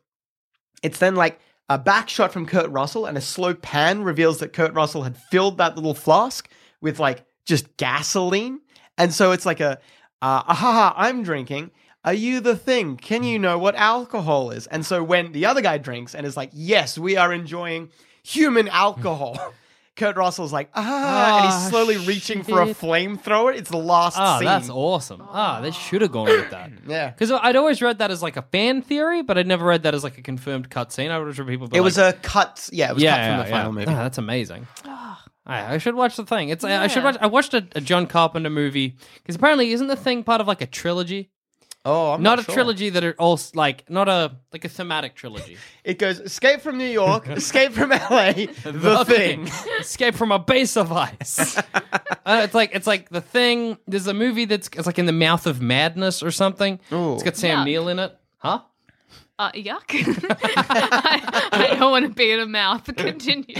C: it's then like a back shot from Kurt Russell and a slow pan reveals that Kurt Russell had filled that little flask with like just gasoline. And so it's like a, uh, aha, I'm drinking. Are you the thing? Can you know what alcohol is? And so when the other guy drinks and is like, Yes, we are enjoying human alcohol, Kurt Russell's like, Ah, and he's
B: Ah,
C: slowly reaching for a
B: shit.
C: flamethrower. It's the last
B: Ah,
C: scene.
B: that's awesome. Ah, they should have gone with that.
C: Yeah.
B: Because I'd always read that as like a fan theory, but I'd never read that as like a confirmed cutscene. I would have read people.
C: It was a cut. Yeah, it was cut from the final movie.
B: Ah, that's amazing. I, I should watch the thing. It's I, I should
D: Yeah.
B: watch. I watched a, a John Carpenter movie because apparently isn't the thing part of like a trilogy?
C: Oh, I'm
B: not,
C: not,
B: a
C: sure.
B: trilogy that are all s- like not a like a thematic trilogy.
C: It goes Escape from New York, Escape from LA, The, Thing.
B: Escape from a base of ice. Uh, it's like it's like the thing. There's a movie that's it's like in the mouth of madness or something.
C: Ooh.
B: It's got Sam
D: Yuck.
B: Neill in it. Huh?
D: Uh, yuck. I, I don't want to be in a mouth. Continue.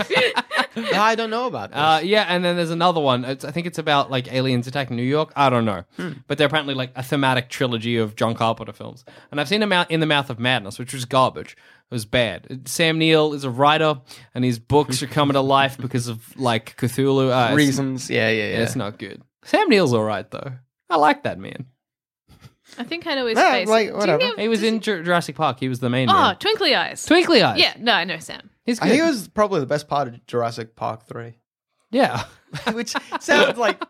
C: No, I don't know about this.
B: Uh, yeah, and then there's another one. It's, I think it's about like aliens attacking New York. I don't know,
C: Hmm.
B: but they're apparently like a thematic trilogy of John Carpenter films. And I've seen them out in the Mouth of Madness, which was garbage. It was bad. Sam Neill is a writer, and his books are coming to life because of like Cthulhu. Uh, it's-
C: Reasons. Yeah, yeah, yeah.
B: It's not good. Sam Neill's all right though. I like that man.
D: I think I know his
C: Yeah,
D: face. Do
C: like,
D: you
C: Ah, whatever.
D: know-
B: He was
D: does
B: in Jur- Jurassic Park. He was the main
D: Oh,
B: man.
D: twinkly eyes.
B: Twinkly eyes.
D: yeah, no, I know Sam.
B: he's
C: I
B: good.
C: think it was probably the best part of Jurassic Park 3.
B: yeah.
C: Which sounds like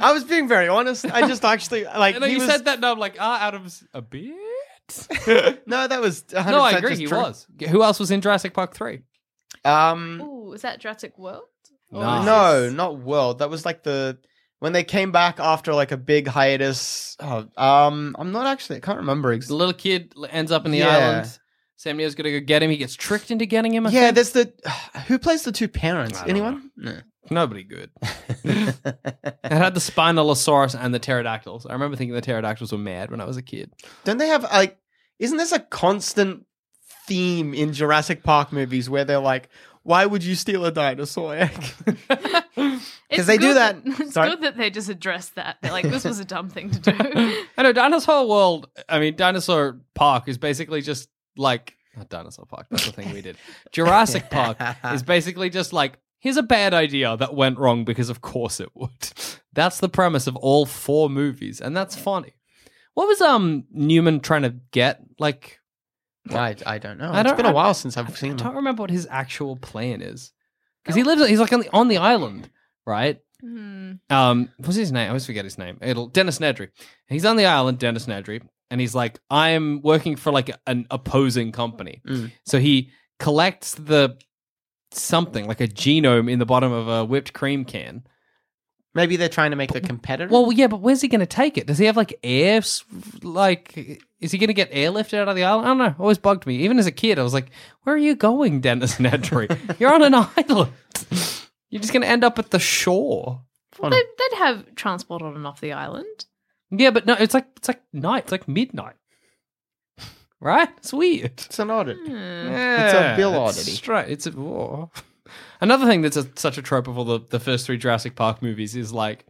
C: I was being very honest. I just actually like
B: And then
C: he
B: you
C: was,
B: said that, and I'm like, ah, Adam's a bit.
C: No, that was 100%
B: No, I agree.
C: just
B: He
C: true.
B: was. Who else was in Jurassic Park three?
C: Um
D: Ooh, is that Jurassic World?
B: Oh, Nice.
C: no, not world. That was like the when they came back after like a big hiatus. Oh, um I'm not actually I can't remember
B: The
C: exactly.
B: little kid l- ends up in the
C: Yeah.
B: island. Sam Neill's gonna go get him. He gets tricked into getting him. I
C: Yeah,
B: think.
C: there's the who plays the two parents?
B: I don't
C: Anyone?
B: nobody good.
C: No.
B: It had the Spinalosaurus and the pterodactyls. I remember thinking the pterodactyls were mad when I was a kid.
C: Don't they have like? Isn't this a constant theme in Jurassic Park movies where they're like, "Why would you steal a dinosaur egg?"
D: It's
C: they do
D: good
C: that-
D: It's
C: Sorry.
D: good that they just addressed that. They're like, this was a dumb thing to do.
B: I know Dinosaur World. I mean, Dinosaur Park is basically just like not Dinosaur Park. That's the thing we did. Jurassic Park is basically just like here's a bad idea that went wrong because of course it would. That's the premise of all four movies, and that's funny. What was um Newman trying to get? Like,
C: I, I don't know.
B: I don't-
C: it's been a
B: I-
C: while since I've
B: I
C: seen
B: don't
C: them.
B: remember what his actual plan is because he lives. He's like on the, on the island, right?
D: Hmm.
B: um, what's his name? I always forget his name. It'll Dennis Nedry. He's on the island, Dennis Nedry, and he's like, I'm working for like an opposing company.
C: Mm.
B: So he collects the something like a genome in the bottom of a whipped cream can.
C: Maybe they're trying to make the competitor.
B: Well, yeah, but where's he going to take it? Does he have like air? s- Like, is he going to get airlifted out of the island? I don't know. Always bugged me. Even as a kid, I was like, Where are you going, Dennis Nedry? You're on an island. You're just going to end up at the shore.
D: Well, they'd, they'd have transport on and off the island.
B: Yeah, but no, it's like it's like night. It's like midnight. Right? It's weird.
C: it's an audit.
D: Hmm.
C: It's a bill
B: it's
C: oddity.
B: Straight. It's a war. Another thing that's a, such a trope of all the, the first three Jurassic Park movies is like,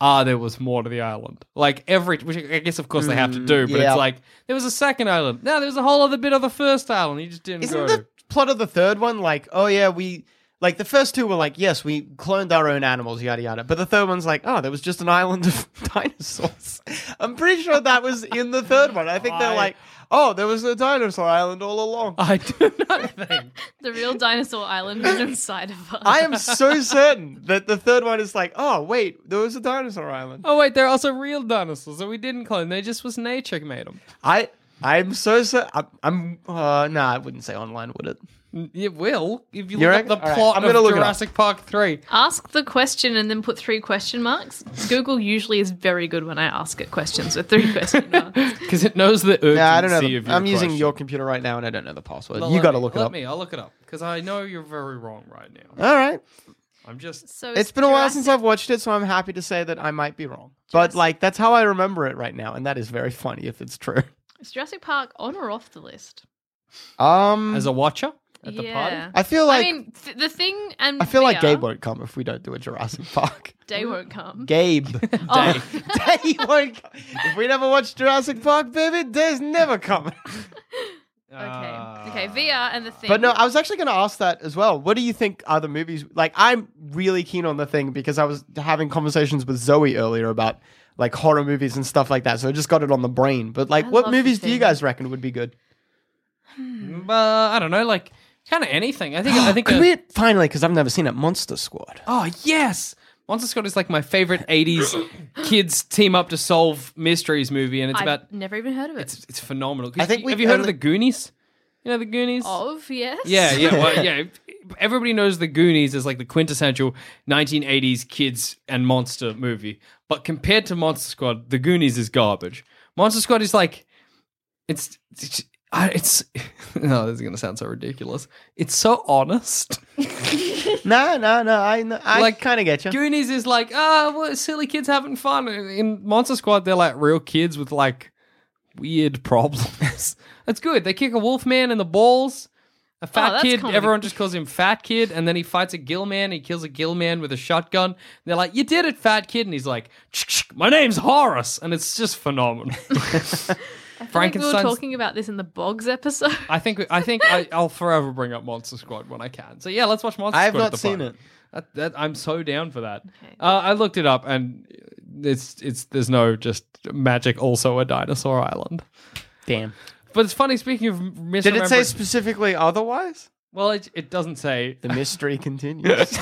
B: ah, there was more to the island. Like every, which I guess of course they have to
C: Mm,
B: do, but
C: yeah.
B: it's like there was a second island. No, there was a whole other bit of the first island. You just didn't
C: Isn't
B: go.
C: the plot of the third one like, oh yeah, we like the first two were like, yes, we cloned our own animals, yada yada. But the third one's like, oh, there was just an island of dinosaurs. I'm pretty sure that was in the third one. I think they're
B: I-
C: like, oh, there was a dinosaur island all along.
B: I do not think.
D: The real dinosaur island is inside of us.
C: I am so certain that the third one is like, oh wait, there was a dinosaur island.
B: Oh wait, they're also real dinosaurs that we didn't clone. They just was nature made them.
C: I I'm so certain. I'm, I'm uh, nah, I wouldn't say online, would it?
B: It will if you look
C: You
B: up
C: reckon?
B: the
C: All right,
B: plot
C: I'm gonna
B: of
C: look it up.
B: Jurassic Park Three.
D: Ask the question and then put three question marks. Google usually is very good when I ask it questions with three question marks.
B: Because it knows the urgency
C: Nah, I don't know. the-
B: of your
C: I'm using
B: question.
C: your computer right now, and I don't know the password.
B: Well,
C: you
B: let
C: got to
B: me-
C: look it
B: let
C: up.
B: me. I'll look it up because I know you're very wrong right now.
C: All right.
B: I'm just.
D: So
C: It's been a while since I've watched it, so I'm happy to say that I might be wrong. But like that's how I remember it right now, and that is very funny if it's true.
D: Is Jurassic Park on or off the list?
C: Um,
B: As a watcher at the
D: yeah.
B: party?
C: I feel like
D: I mean, th- the thing and
C: I feel like
D: fear,
C: Gabe won't come if we don't do a Jurassic Park.
D: Day won't come.
C: Gabe,
D: Oh.
C: Dave won't. Come. If we never watch Jurassic Park, baby, Day's never coming.
D: Okay.
B: Ah.
D: Okay. VR and the thing.
C: But no, I was actually going to ask that as well. What do you think are the movies? Like, I'm really keen on the thing because I was having conversations with Zoe earlier about like horror movies and stuff like that. So I just got it on the brain. But like,
D: I
C: what
D: love the
C: movies do you
D: thing.
C: guys reckon would be good?
B: Uh, I don't know, like kind of anything. I think I think.
C: Can
B: uh,
C: we finally? Because I've never seen it. Monster Squad.
B: oh yes, Monster Squad is like my favorite '80s kids team up to solve mysteries movie, and it's
D: I've
B: about
D: never even heard of it.
B: it's it's phenomenal.
C: I think
B: have
C: we've
B: you heard of
C: only-
B: the Goonies? You know the Goonies.
D: Of yes.
B: Yeah, yeah, well, yeah. Everybody knows the Goonies as like the quintessential 1980s kids and monster movie, but compared to Monster Squad, the Goonies is garbage. Monster Squad is like, it's, it's, I- it's no, this is gonna sound so ridiculous. It's so honest.
C: No, no, no. I, no, I
B: Like,
C: kind of get you.
B: Goonies is like, ah, well, silly kids having fun. In Monster Squad, they're like real kids with like weird problems. That's good. They kick a wolf man in the balls. A fat
D: Oh, that's
B: kid,
D: comedy.
B: everyone just calls him Fat Kid, and then he fights a gill man. He kills a gill man with a shotgun. And they're like, "You did it, Fat Kid," and he's like, "Shh, shh, "My name's Horace," and it's just phenomenal.
D: I feel like we were
B: Frankenstein's-
D: talking about this in the Boggs episode.
B: I think I think I, I'll forever bring up Monster Squad when I can. So yeah, let's watch Monster
C: I have
B: Squad. at
C: not
B: the
C: seen
B: party.
C: it.
B: That, that, I'm so down for that. Uh, I looked it up, and it's it's there's no just magic. Also, a dinosaur island.
C: Damn.
B: But it's funny. Speaking of misremembering,
C: Did it say specifically otherwise?
B: well, it, it doesn't say
C: The mystery continues.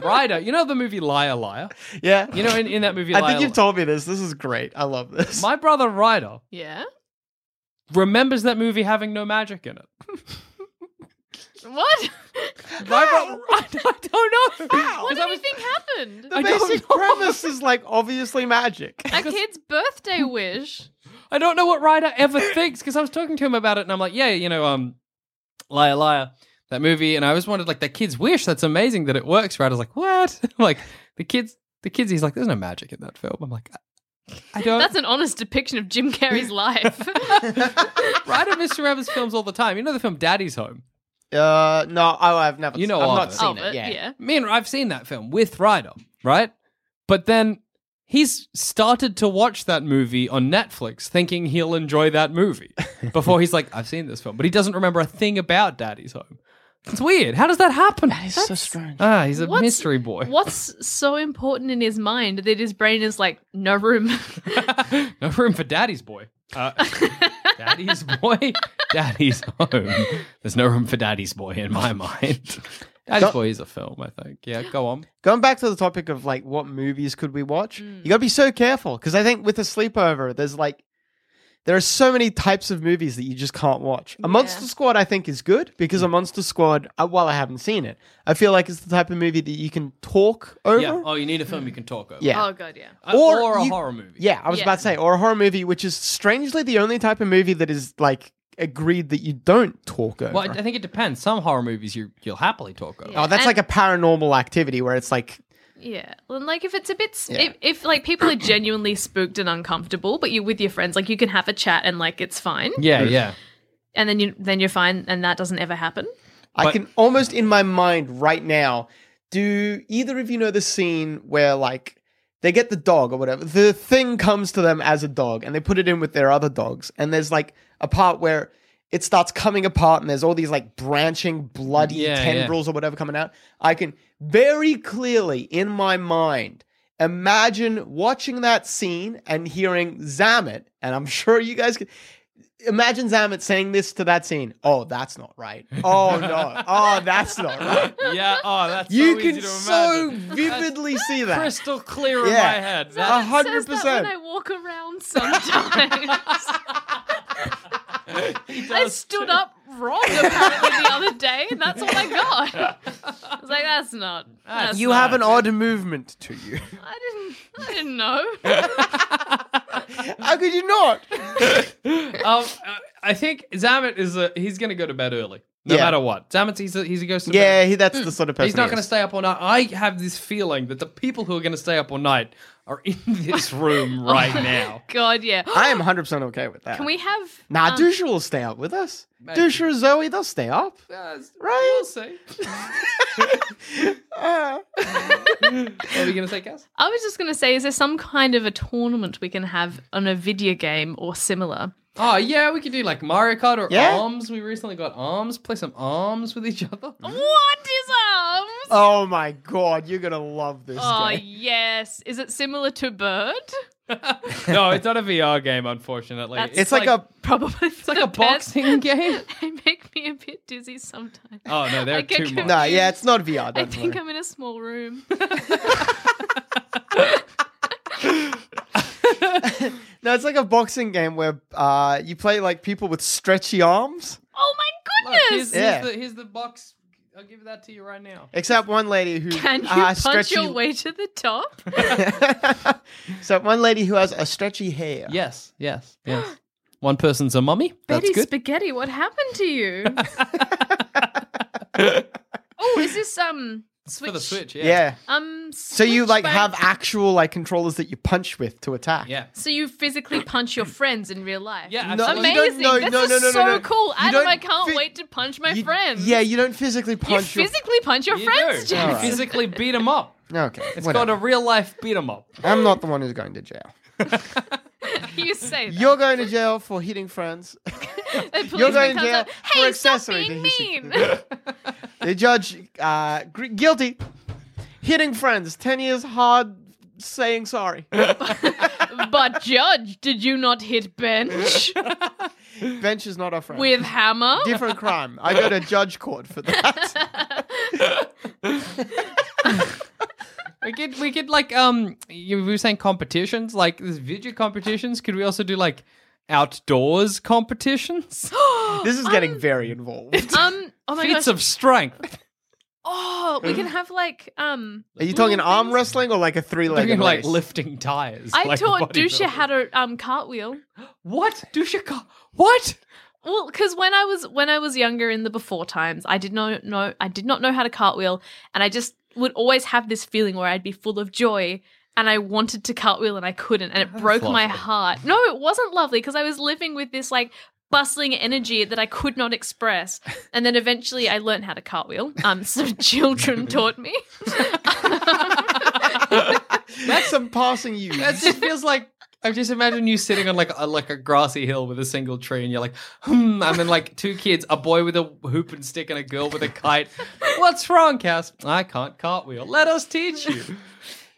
B: Ryder. You know the movie Liar Liar.
C: yeah.
B: You know in, in that movie.
C: I
B: Liar,
C: think you've
B: Liar-
C: told me this. This is great. I love this.
B: My brother Ryder
D: yeah.
B: remembers that movie having no magic in it.
D: What?
B: My
C: Oh.
B: bro- I, don't know.
D: what
B: 'Cause
D: do
B: I
D: you
B: was-
D: think happened?
C: the
B: I don't
C: basic
B: know.
C: premise is like obviously magic.
D: A kid's birthday wish.
B: I don't know what Ryder ever thinks because I was talking to him about it and I'm like, yeah, you know, um, Liar Liar, that movie. And I always wanted like that kid's wish. That's amazing that it works. Ryder's like, what? I'm like the kids, the kids, he's like, there's no magic in that film. I'm like, I, I don't.
D: That's an honest depiction of Jim Carrey's life.
B: Ryder misremembers films all the time. You know the film Daddy's Home?
C: Uh, no, oh, I've never.
B: You know
C: I've
B: of
C: not
B: it.
C: seen
D: but
C: it. Yeah.
B: Me and I've seen that film with Ryder, right? But then he's started to watch that movie on Netflix thinking he'll enjoy that movie before he's like, I've seen this film. But he doesn't remember a thing about Daddy's Home. It's weird. How does that happen? That is so strange. Ah, he's a
D: What's-
B: mystery boy.
D: What's so important in his mind that his brain is like, no room?
B: no room for Daddy's boy. Uh, daddy's boy? Daddy's home. There's no room for Daddy's boy in my mind. Daddy's
C: Don't-
B: boy is a film, I think. Yeah, go on.
C: Going back to the topic of like what movies could we watch,
B: Mm.
C: you gotta be so careful because I think with a sleepover, there's like there are so many types of movies that you just can't watch. A Monster Squad, I think, is good because
B: Mm.
C: a Monster Squad, uh, while I haven't seen it, I feel like it's the type of movie that you can talk over.
B: Yeah. Oh, you need a film you can talk over.
C: Yeah.
D: Oh, God, yeah.
B: Uh,
C: Or
B: or, a
C: you-
B: horror movie.
C: Yeah, I was
D: Yeah.
C: about to say, or a horror movie, which is strangely the only type of movie that is like agreed that you don't talk over.
B: Well, I I think it depends. Some horror movies you you'll happily talk over.
C: oh,
D: And-
C: that's like a paranormal activity where it's like,
D: Yeah. And like if it's a bit, s
C: Yeah.
D: if, if like people are genuinely spooked and uncomfortable, but you're with your friends, like you can have a chat and like it's fine.
B: Yeah, yeah.
D: And then you, then you're fine and that doesn't ever happen.
C: I
B: But-
C: can almost in my mind right now. Do either of you know the scene where like they get the dog or whatever? The thing comes to them as a dog, and they put it in with their other dogs. And there's like a part where it starts coming apart, and there's all these like branching, bloody
B: Yeah, yeah.
C: tendrils or whatever coming out. I can very clearly in my mind imagine watching that scene and hearing Zamet, and I'm sure you guys can imagine Zamet saying this to that scene. Oh, that's not right. Oh no. Oh, that's not right.
B: Yeah. Oh, that's
C: You
B: so easy
C: can
B: to
C: so
B: imagine.
C: vividly see that.
B: crystal clear in
C: Yeah.
B: my head.
C: A
B: That,
C: hundred
D: Says that when I
C: percent.
D: walk around sometimes. I stood up wrong apparently the other day, and that's all I got. I was like, "That's not." That's
C: You
D: not-
C: have an odd movement to you.
D: I didn't. I didn't know.
C: How could you not?
B: um, uh, I think Zamet is a, he's going to go to bed early, no
C: Yeah.
B: matter what. Zamet, he's a, he's a ghost.
C: Yeah, he, that's the sort of person.
B: He's not
C: he
B: going to
C: is.
B: stay up all night. I have this feeling that the people who are going to stay up all night are in this room right
C: Oh
B: now.
D: God, yeah.
C: I am 100% okay with that.
D: Can we have?
C: Nah,
D: um,
C: Dusha will stay up with us.
B: Maybe.
C: Dusha and Zoe, they'll stay up.
B: Yeah, it's-
C: Right. Uh,
B: We'll see. what are you going to say, Cass?
D: I was just going to say, is there some kind of a tournament we can have on a video game or similar?
B: Oh yeah, we could do like Mario Kart or
C: Yeah.
B: Arms. We recently got Arms. Play some Arms with each other.
D: What is arms? Oh,
C: Oh my god, you're gonna love this game.
D: yes. Is it similar to bird?
B: no, it's not a VR game, unfortunately.
D: That's
C: It's like, a
D: probably it's
B: like a boxing game.
D: they make me a bit dizzy sometimes.
B: Oh no, they're
D: I get
B: too much.
D: confused.
C: no, yeah, it's not VR.
D: I
C: Don't
D: think
C: worry.
D: I'm in a small room.
C: No, it's like a boxing game where uh, you play like people with stretchy arms.
D: oh
B: Look,
D: my
B: here's, here's
D: goodness!
C: Yeah.
B: the, here's the box. I'll give that to you right now.
C: Except one lady who
D: Can you
C: uh,
B: Ah,
D: punch
C: stretchy...
D: your way to the top?
C: so one lady who has a stretchy hair.
B: Yes, yes, yes. One person's a mummy. That's
D: Betty
B: good.
D: Spaghetti, what happened to you? oh, is this um switch?
B: For the Switch, yeah.
C: Yeah.
D: Um,
C: So you like
D: Switchback-
C: have actual like controllers that you punch with to attack.
B: Yeah.
D: So you physically punch your friends in real life.
B: Yeah,
C: No,
B: absolutely.
C: you don't-
D: Oh, Amazing!
C: no,
D: this
C: no,
D: is
C: no, no,
D: so
C: no.
D: cool,
C: You
D: Adam.
C: don't
D: I can't
C: fi-
D: wait to punch my
C: You-
D: friends.
C: Yeah, you don't physically
D: you
C: punch your.
D: physically punch your
B: You
D: friends,
B: do.
D: James.
B: You physically beat him up.
C: Okay,
B: It's
C: whatever.
B: got a real life beat him up.
C: I'm not the one who's going to jail.
D: You say that.
C: You're going to jail for hitting friends.
D: The policeman
C: you're going to
D: comes
C: jail
D: up,
C: for
D: hey, stop
C: accessory
D: being
C: to hissing.
D: mean.
C: the judge, uh, gr- guilty, hitting friends, ten years hard, saying sorry.
D: but judge, did you not hit bench
C: Bench is not our friend.
D: with hammer?
C: different crime. I go to judge court for that.
B: We could we could like um you we were saying competitions like there's video competitions. Could we also do like outdoors competitions?
C: this is getting very involved.
D: um, oh my
B: Feats
D: gosh.
B: of strength.
D: oh, we can have like um.
C: Are you talking
D: little
C: arm
D: things.
C: wrestling or like a three-legged
B: Doing like
C: race?
B: lifting tires.
D: I
B: like
D: taught Dusha
B: bodybuilding.
D: how to um cartwheel.
B: What? Dusha car What?
D: Well, because when I was when I was younger in the before times, I did not know I did not know how to cartwheel, and I just would always have this feeling where I'd be full of joy and I wanted to cartwheel and I couldn't, and it broke my
B: lovely.
D: heart. No, it wasn't lovely because I was living with this like bustling energy that I could not express, and then eventually I learned how to cartwheel. Um, some children taught me.
C: That's some passing you.
B: That just feels like I just imagine you sitting on like a, like a grassy hill with a single tree, and you're like, hmm. I'm in like two kids, a boy with a hoop and stick, and a girl with a kite. What's wrong, Cass? I can't cartwheel. Let us teach you.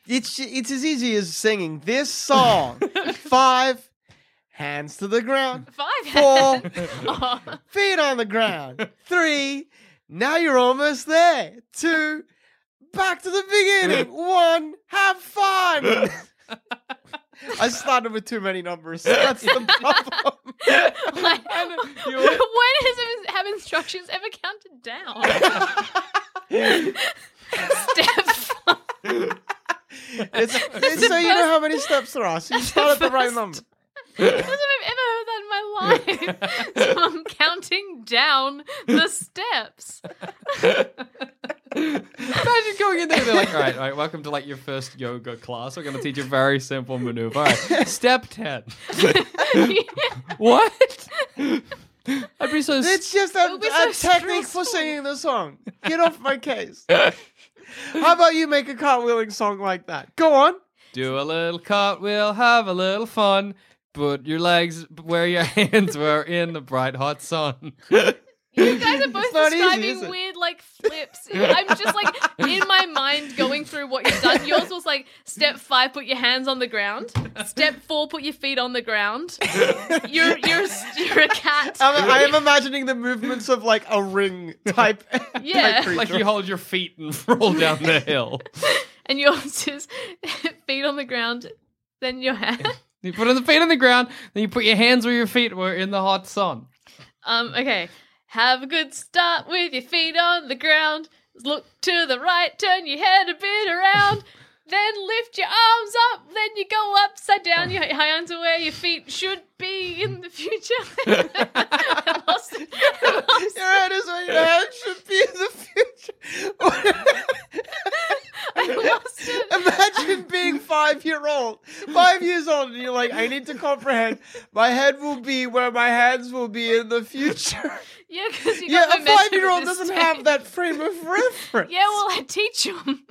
C: It's it's as easy as singing this song. Five hands to the ground.
D: Five.
C: Four
D: Oh.
C: feet on the ground. Three. Now you're almost there. Two. Back to the beginning. One. Have fun. I started with too many numbers. so That's the problem.
D: Like, when has have instructions ever counted down? Step
C: It's, it's so you know how many steps there are. So you start at the right
D: first-
C: number.
D: I don't think I've ever heard that in my life. Someone counting down the steps.
B: Imagine going in there, they're like, all right, all right, welcome to like your first yoga class. We're going to teach you a very simple maneuver. All right, step 10. What? I'd be so.
C: It's just a,
D: be
C: a
D: so
C: technique
D: stressful.
C: for singing the song. Get off my case. How about you make a cartwheeling song like that? Go on.
B: Do a little cartwheel, have a little fun. Put your legs where your hands were in the bright hot sun.
D: You guys are both
C: It's not easy,
D: describing
C: is it?
D: weird like flips. I'm just like in my mind going through what you've done. Yours was like step five, put your hands on the ground. Step four, put your feet on the ground. You're you're you're a cat.
C: I'm, I am imagining the movements of like a ring type.
D: Yeah.
C: type
B: Like
C: creature.
B: you hold your feet and roll down the hill.
D: and yours is feet on the ground, then your hand.
B: You put the feet on the ground, then you put your hands where your feet were in the hot sun.
D: Um, okay. Have a good start with your feet on the ground. Look to the right, turn your head a bit around. Then lift your arms up. Then you go upside down. Your hands are where your feet should be in the future. I lost it. I lost
C: Your
D: it.
C: head is where your head should be in the future.
D: I lost it.
C: Imagine being five year old five years old and you're like, I need to comprehend. My head will be where my hands will be in the future.
D: Yeah, because you
C: yeah,
D: got
C: a
D: momentum
C: five year old
D: at this
C: doesn't
D: stage.
C: have that frame of reference.
D: Yeah, well, I teach them.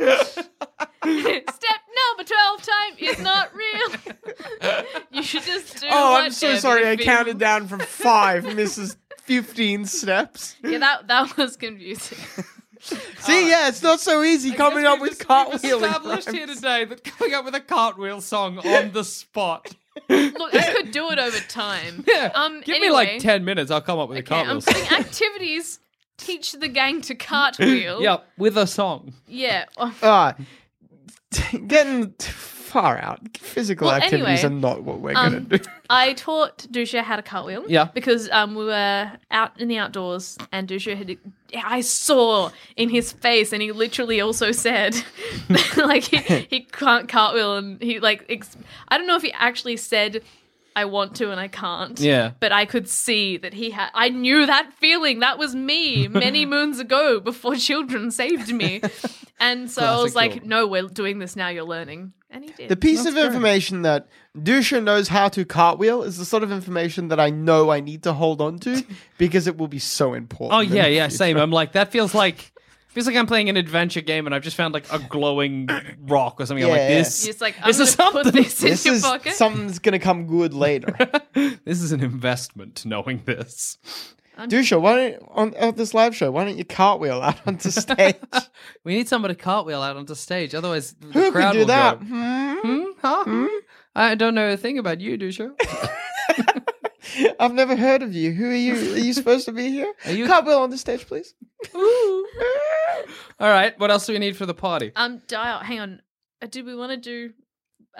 D: Step number 12 time is not real. you should just do
C: Oh,
D: what
C: I'm so
D: Debbie
C: sorry. I
D: feels.
C: counted down from five, Mrs. 15 steps.
D: Yeah, that, that was confusing.
C: See, yeah, it's not so easy coming up with cartwheeling.
B: established
C: rhymes.
B: here today that coming up with a cartwheel song on the spot.
D: Look, I could do it over time.
B: Yeah.
D: Um,
B: Give me
D: anyway,
B: like 10 minutes, I'll come up with a
D: Okay,
B: cartwheel
D: I'm
B: song.
D: putting activities. Teach the gang to cartwheel.
B: Yep, with a song.
D: Yeah. Oh,
C: Ah, t- getting t- far out. Physical
D: Well,
C: activities
D: anyway,
C: are not what we're
D: um,
C: going to do.
D: I taught Dusha how to cartwheel.
B: Yeah.
D: Because um, we were out in the outdoors and Dusha had. I saw in his face, and he literally also said, like, he, he can't cartwheel. And he, like, ex- I don't know if he actually said, I want to and I can't.
B: Yeah.
D: But I could see that he had. I knew that feeling. That was me many moons ago before children saved me. And so I was
B: Classic
D: like,
B: Jordan.
D: no, we're doing this now. You're learning. And he did.
C: The piece of information that Dusha knows how to cartwheel is the sort of information that I know I need to hold on to because it will be so important.
B: Oh
C: in
B: yeah,
C: the
B: yeah,
C: future.
B: same. I'm like that feels like feels like I'm playing an adventure game and I've just found like a glowing rock or something. I'm like
C: Yeah, yeah.
B: this.
D: You're just like, I'm
B: this
D: going
B: is
D: to put
B: something.
D: this in
C: This
D: your
C: is
D: pocket.
C: something's gonna come good later.
B: This is an investment. Knowing this,
C: Dusha, why don't on at this live show? Why don't you cartwheel out onto stage?
B: we need somebody to cartwheel out onto stage. Otherwise, the
C: Who
B: crowd
C: could do
B: will
C: that?
B: go.
C: Hmm?
B: Hmm? Huh? I don't know a thing about you, Dusha.
C: I've never heard of you. Who are you? Are you supposed to be here?
B: you-
C: Cartwheel on the stage, please.
B: All right, what else do we need for the party?
D: Um, dial. Hang on. Uh, do we want to do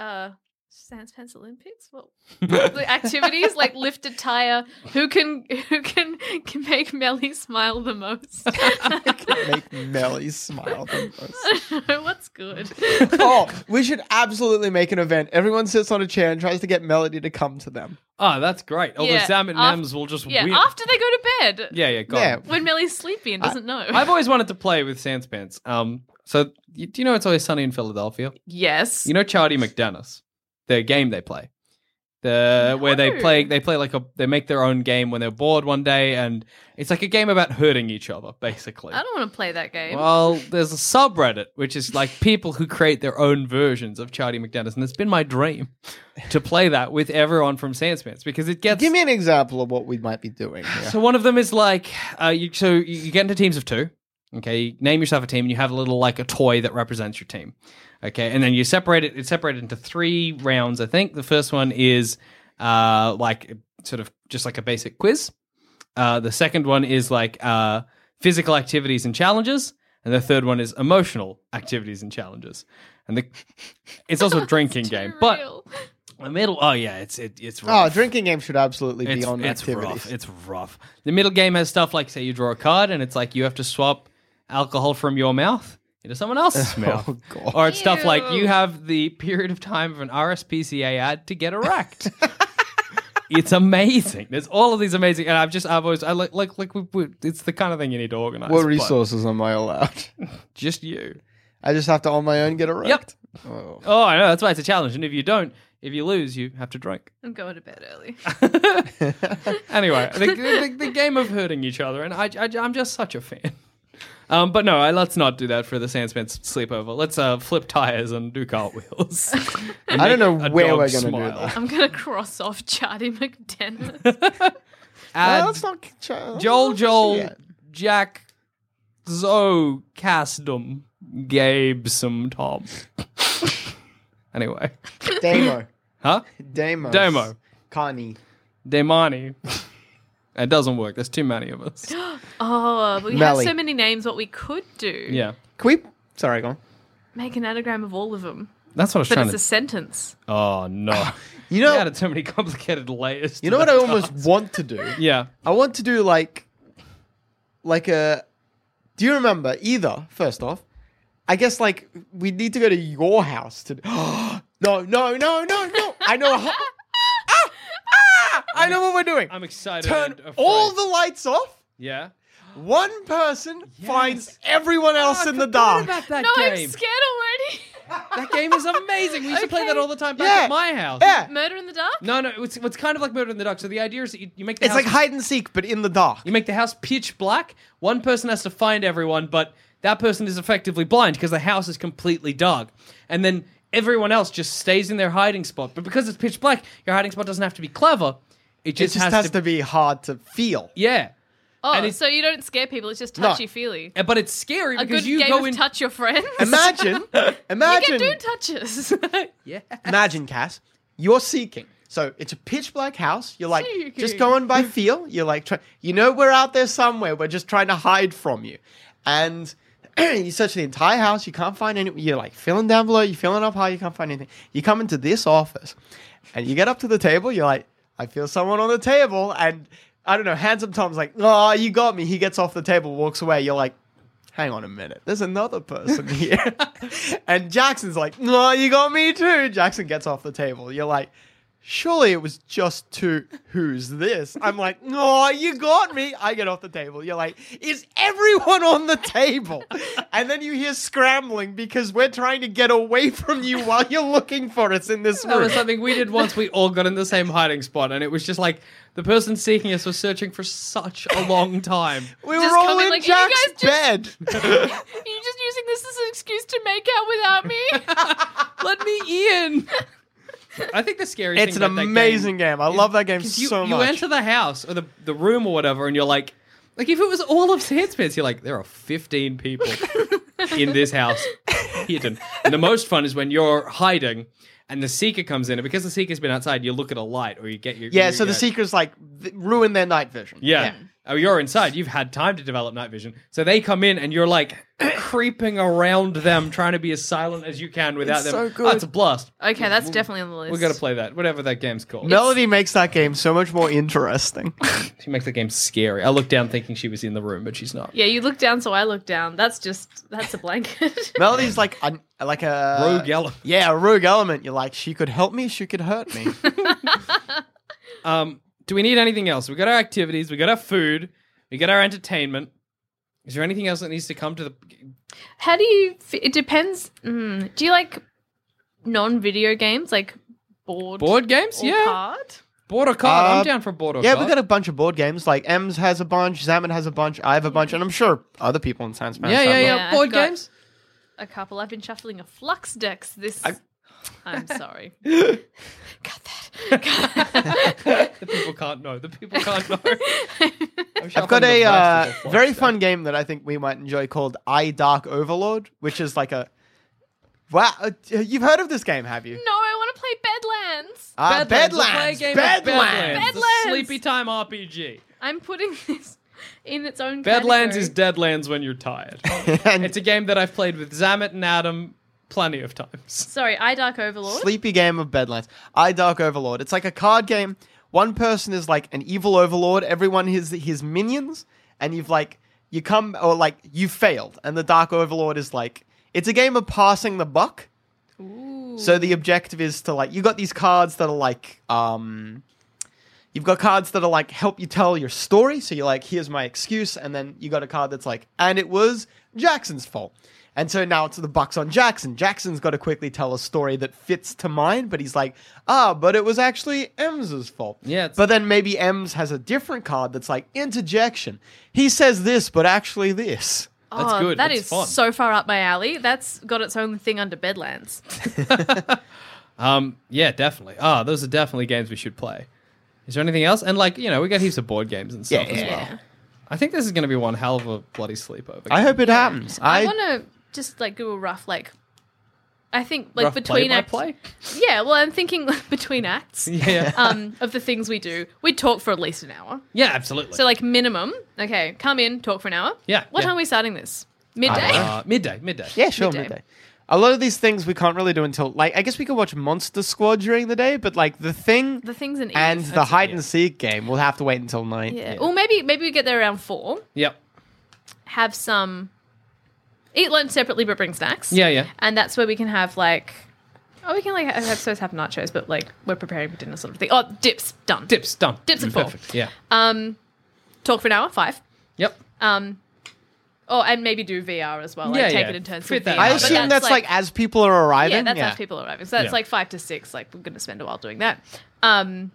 D: uh Sans Pants Olympics? What the activities like lift a tire? Who can who can, can make Melly smile the most?
C: Make Melly smile. the most.
D: What's good?
C: oh, we should absolutely make an event. Everyone sits on a chair and tries to get Melody to come to them.
B: Oh, that's great. All the
D: Yeah,
B: Sam and
D: af-
B: Nams will just
D: Yeah,
B: win.
D: after they go to bed.
B: yeah, yeah, go
C: Yeah.
B: on.
D: When Melly's sleepy and doesn't know.
B: I've always wanted to play with Sanspants. Um, so y- do you know it's always sunny in Philadelphia?
D: yes.
B: You know Charlie McDonough, the game they play, the where they
D: No.
B: play they play like a they make their own game when they're bored one day, and it's like a game about hurting each other basically.
D: I don't want to play that game.
B: Well, there's a subreddit which is like people who create their own versions of Charlie McDonough, and it's been my dream to play that with everyone from Sandspans because it gets
C: Give me an example of what we might be doing here.
B: so one of them is like, uh, you, so you- you get into teams of two. Okay, you name yourself a team, and you have a little like a toy that represents your team. Okay, and then you separate it. It's separated into three rounds. I think the first one is uh, like sort of just like a basic quiz. Uh, the second one is like uh, physical activities and challenges, and the third one is emotional activities and challenges. And the it's also a drinking game, but
D: Real.
B: the middle. Oh yeah, it's it, it's
C: Oh,
B: rough.
C: a drinking game should absolutely be
B: It's,
C: on
B: it's rough.
C: activities.
B: It's rough. The middle game has stuff like, say, you draw a card, and it's like you have to swap alcohol from your mouth into someone else's mouth.
C: Oh, God.
B: Or Oh, it's stuff like
D: Ew.
B: you have the period of time of an RSPCA ad to get erect. it's amazing. There's all of these amazing, and I've just, I've always, I like, like, like, we, we, it's the kind of thing you need to organize.
C: What
B: but
C: resources am I allowed?
B: Just you.
C: I just have to on my own get erect.
B: Yep.
C: Oh.
B: Oh, I know. That's why it's a challenge. And if you don't, if you lose, you have to drink.
D: I'm going to bed early.
B: anyway, the, the, the game of hurting each other, and I, I, I'm just such a fan. Um, but no, I, let's not do that for the Sandspans sleepover. Let's uh, flip tires and do cartwheels. And
C: I
B: make
C: don't know
B: a
C: where
B: dog
C: we're gonna do
B: smile.
C: that.
D: I'm gonna cross off Charlie McDennis.
B: Add
C: Well, that's not child.
B: Uh, Joel, Joel,
C: Yeah.
B: Jack, Zoe, Casdom, Gabe, some Tom. anyway,
C: Damo.
B: huh?
C: Damo.
B: Damo.
C: Connie.
B: Demani. it doesn't work. There's too many of us.
D: Oh, we
C: Melly.
D: have so many names. What we could do?
B: Yeah,
C: Queep. Sorry, go on.
D: Make an anagram of all of them,
B: that's what I was
D: but
B: trying
D: it's
B: to.
D: a sentence.
B: oh no.
C: You
B: They
C: know,
B: added so many complicated layers. to
C: you know what
B: that
C: I
B: task.
C: almost want to do?
B: Yeah.
C: I want to do like, like a. Do you remember either? First off, I guess like we need to go to your house to. no, no, no, no, no! I know. how- Ah! Ah! I know what we're doing.
B: I'm excited.
C: Turn all the lights off.
B: Yeah.
C: One person
B: Yes. Oh,
C: finds everyone else in the dark.
B: that
D: No, I'm scared already.
B: That game is amazing. We used to play
D: Okay.
B: that all the time back
C: Yeah.
B: at my house.
C: Yeah.
D: Murder in the Dark?
B: No, no, it's, it's kind of like Murder in the Dark. So the idea is that you, you make the
C: It's
B: house,
C: like hide and seek, but in the dark.
B: you make the house pitch black. One person has to find everyone, but that person is effectively blind because the house is completely dark. And then everyone else just stays in their hiding spot. But because it's pitch black, your hiding spot doesn't have to be clever. It
C: It
B: just,
C: just has, to, be hard to feel.
B: yeah.
D: Oh,
B: it's-
D: so you don't scare people, it's just
C: No.
D: touchy feely.
B: Uh, But it's scary
D: A
B: because
D: good
B: you
D: game
B: go
D: of
B: in.
D: touch your friends.
C: Imagine,
D: you
C: imagine,
D: can do touches.
B: yeah.
C: imagine, Cass, you're seeking. So it's a pitch black house. You're like just
D: Seeking.
C: going by feel. You're like, try- you know, we're out there somewhere. We're just trying to hide from you. And you search the entire house. You can't find any. You're like feeling down below. You're feeling up high. You can't find anything. You come into this office, and you get up to the table. You're like, I feel someone on the table. And I don't know. Handsome Tom's like, oh, you got me. He gets off the table, walks away. You're like. Hang on a minute. There's another person here. and Jackson's like, No, you got me too. Jackson gets off the table. You're like, surely it was just two who's this i'm like no you got me i get off the table you're like is everyone on the table and then you hear scrambling because we're trying to get away from you while you're looking for us in this
B: That
C: room
B: was something we did once. We all got in the same hiding spot, and it was just like the person seeking us was searching for such a long time.
C: we
D: Just
C: were all
D: come in
C: in
D: like, "You guys
C: jack's bed
D: You're just using this as an excuse to make out without me?
B: Let me in. I think the scary
C: it's
B: thing
C: an
B: about that game
C: amazing game, i love that game
B: is you,
C: so
B: you
C: much
B: enter the house or the, the room or whatever, and you're like, like if it was all of Sandspans, you're like, there are 15 people in this house hidden. And the most fun is when you're hiding and the seeker comes in, and because the seeker's been outside, you look at a light or you get your
C: yeah
B: you
C: so the
B: get-
C: seekers like th- ruin their night vision
B: Yeah. Oh, you're inside. You've had time to develop night vision. So they come in and you're like creeping around them, trying to be as silent as you can without them.
C: so good.
B: Oh, it's a blast.
D: okay, that's definitely on the list.
B: We're going to play that, whatever that game's called.
C: melody makes that game so much more interesting
B: She makes the game scary. I looked down thinking she was in the room, but she's not.
D: Yeah, you look down, so I look down. That's just, that's a blanket.
C: Melody's like an, like a
B: Rogue element.
C: Yeah, a rogue element. You're like, she could help me, she could hurt me.
B: Um, do we need anything else? We got our activities, we got our food, we got our entertainment. Is there anything else that needs to come to the.
D: How do you, f- it depends. Mm, do you like non video games, like board?
B: Board games?
D: or
B: yeah.
D: Card?
B: Board or card?
C: Uh,
B: I'm down for board or
C: yeah,
B: card.
C: we got a bunch of board games. Like Ems has a bunch, Zaman has a bunch, I have a bunch, and I'm sure other people in Sans
B: Yeah, yeah, yeah.
D: Yeah, I've
B: board
D: got-
B: games?
D: a couple. I've been shuffling a flux decks this.
C: I-
D: I'm, sorry. Cut that.
B: The people can't know. The people can't know.
C: I've got a uh, very fun game that I think we might enjoy called I Dark Overlord, which is like a wow. uh, You've heard of this game, have you?
D: no, I want to play Bedlands.
C: Uh,
B: Bedlands. We'll play
C: Bedlands.
B: a game of
C: Bedlands.
B: Bedlands. the
D: Bedlands.
B: Sleepy time RPG.
D: I'm putting this in its
B: Bedlands
D: own. category.
B: is Deadlands when you're tired.
C: And
B: it's a game that I've played with Zamet and Adam plenty of times.
D: Sorry, I Dark Overlord.
C: Sleepy game of Bedlands. I Dark Overlord. It's like a card game. One person is like an evil overlord, everyone his his minions, and you've like you come or like you failed, and the Dark Overlord is like it's a game of passing the buck. So the objective is to like you got these cards that are like um you've got cards that are like help you tell your story. So you're like, here's my excuse, and then you got a card that's like, and it was Jackson's fault. And so now it's the bucks on Jackson. Jackson's got to quickly tell a story that fits to mine, but he's like, ah, but it was actually Ems's fault.
B: Yeah, it's-
C: But then maybe Ems has a different card that's like interjection. He says this, but actually this.
B: That's
D: Oh,
B: good.
D: That
B: That's
D: is
B: fun.
D: so far up my alley. That's got its own thing under Bedlands.
B: Um, yeah, definitely. Ah, those are definitely games we should play. Is there anything else? And like, you know, we got heaps of board games and stuff
C: Yeah,
B: as
C: yeah.
B: well. I think this is going to be one hell of a bloody sleepover.
C: I hope it happens.
D: I,
C: I,
D: want to just like do a rough like. I think like
B: Rough
D: between
B: play
D: act-
B: play.
D: Yeah, well, I'm thinking between acts.
B: Yeah,
D: Um, of the things we do, we talk for at least an hour.
B: yeah, absolutely.
D: So like minimum, okay, come in, talk for an hour.
B: Yeah,
D: What
B: yeah.
D: time are we starting this? Midday.
B: uh, midday, midday.
C: Yeah, sure, midday.
D: Midday.
C: A lot of these things we can't really do until like I guess we could watch Monster Squad during the day, but like the thing
D: the things in
C: and
D: Eve.
C: the hide and seek game we'll have to wait until night.
D: yeah. Or maybe maybe we get there around four.
B: Yep.
D: Have some. Eat lunch separately, but bring snacks.
B: Yeah, yeah.
D: And that's where we can have like. Oh, we can like I suppose have nachos, but like we're preparing for dinner sort of thing. Oh, dips done.
B: Dips done.
D: Dips at four.
B: Perfect. Yeah.
D: Talk for an hour, five.
B: Yep.
D: Um, Oh, and maybe do VR as well. Like
B: Yeah,
D: take
B: yeah.
D: it in turns.
B: Fit
D: with
B: that in.
D: VR,
C: I
D: but
B: but
C: assume that's, like, as people are arriving.
D: yeah, that's how people are arriving. So that's
B: Yeah.
D: like five to six. Like we're gonna spend a while doing that. Um,